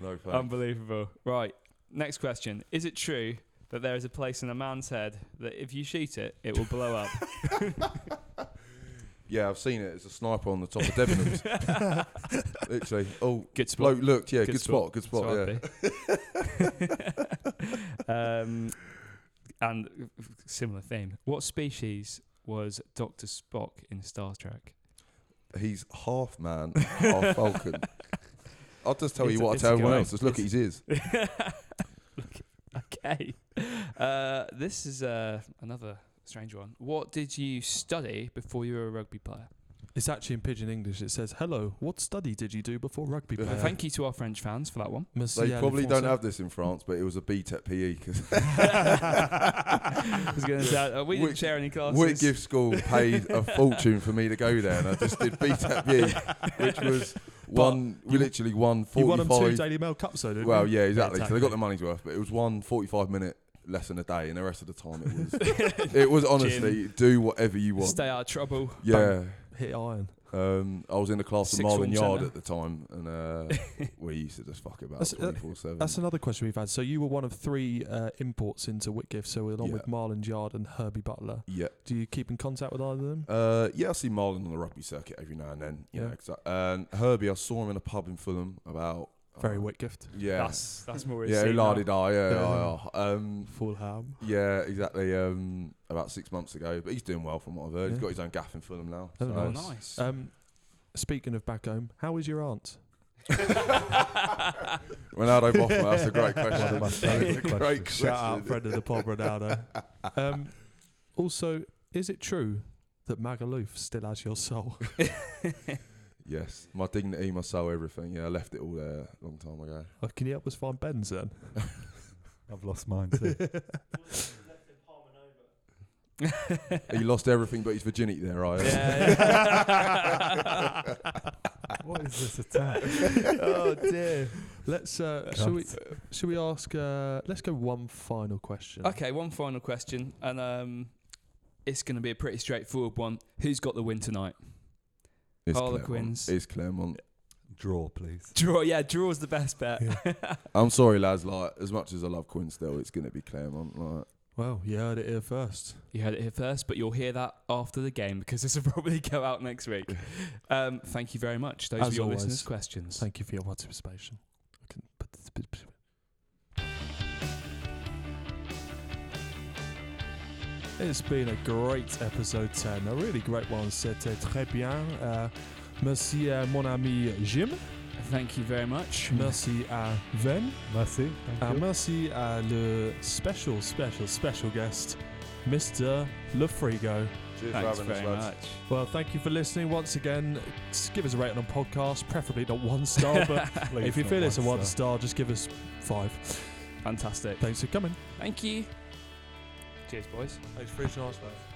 no thanks. Um, Unbelievable. Right. Next question. Is it true that there is a place in a man's head that if you shoot it, it will blow up? yeah, I've seen it. It's a sniper on the top of [LAUGHS] Debenhams. literally. Oh, [LAUGHS] Good spot. bloke looked. Yeah, Good good, spot. spot. Good spot. yeah. yeah. [LAUGHS] um, and similar theme. What species was Doctor Spock in Star Trek? eh? He's half man, [LAUGHS] half Oh, falcon. I'll just tell It's you a- what I it's tell a everyone guy. else. Just look at It's- his ears. [LAUGHS] okay. Uh, this is uh, another strange one. What did you study before you were a rugby player? It's actually in pidgin English. It says, "Hello, what study did you do before rugby?" Yeah. Player? Thank you to our French fans for that [LAUGHS] one. [LAUGHS] They Monsieur probably don't Alfonso." have this in France, but it was a BTEC [LAUGHS] PE. [LAUGHS] 'cause I was going to say, uh, we didn't Which- share any classes. Wood [LAUGHS] Gift School paid a fortune for me to go there, and I just did BTEP, E, which [LAUGHS] was one, you- literally one You won them two forty-five. Daily Mail Cups, though, didn't Well, you? yeah, exactly. So they got exactly. the money's worth, but it was one forty-five minute lesson a day, and the rest of the time it was, [LAUGHS] [LAUGHS] it was honestly do whatever you want. Stay out of trouble. yeah, Hit iron. um, I was in the class of Sixth Marvin form Yard centre. at the time, and uh, [LAUGHS] we used to just fuck about That's- that- twenty-four-seven. That's another question we've had. So you were one of three uh, imports into Whitgift, so along Yeah. with Marlon Yard and Herbie Butler. yeah. Do you keep in contact with either of them? Uh, yeah, I see Marlon on the rugby circuit every now and then. You Yeah. know, 'cause I- and Herbie, I saw him in a pub in Fulham about Very uh, Whitgift. Yeah, That's that's more. yeah, insane la now. di da, yeah, Yeah. yeah, yeah. Um, Fulham. yeah, exactly. Um, about six months ago, but he's doing well from what I've heard. He's Yeah. got his own gaff in Fulham now. Oh, Oh, Nice. nice. Uh, [LAUGHS] Um, speaking of back home, how is your aunt? [LAUGHS] Ronaldo Boffman, that's a great One question. of my That's a favourite great questions. question. Shout out, friend of the pod, Ronaldo. Um, also, is it true that Magaluf still has your soul? [LAUGHS] Yes, my dignity, my soul, everything. Yeah, I left it all there a long time ago. Oh, can you help us find Ben's then? I've lost mine too. He lost everything but his virginity there, right? Yeah. what is this attack? [LAUGHS] oh dear. Let's. Uh, should we? God. Should we ask? Uh, let's go one final question. [LAUGHS] okay, one final question, and um, it's going to be a pretty straightforward one. Who's got the win tonight? [LAUGHS] [LAUGHS] It's Harlequins. Claremont. It's Claremont. Draw, please. Draw. Yeah, draw's the best bet. I'm sorry, lads. Like as much as I love Quinn, still, it's gonna be Claremont. Like Well, you heard it here first. [LAUGHS] You heard it here first, but you'll hear that after the game because this will [LAUGHS] probably go out next [LAUGHS] week. Um, thank you very much. Those As were your always. listeners' questions. Thank you for your participation. I can put this- put- put- It's been a great episode 10, a really great one. C'était très bien. Uh, Merci à mon ami Jim. Thank you very much. Merci à Ven. Merci. Uh, Thank you. merci à le special, special, special guest, Mr. Lafrigo. Cheers for Thanks having us, very lads. much. Well, thank you for listening once again. S- Give us a rating on podcast, preferably not one star, [LAUGHS] but Please, if you not feel it's a one one star, just give us five. Fantastic. Thanks for coming. Thank you. Cheers, boys. Thanks for reaching us, mate.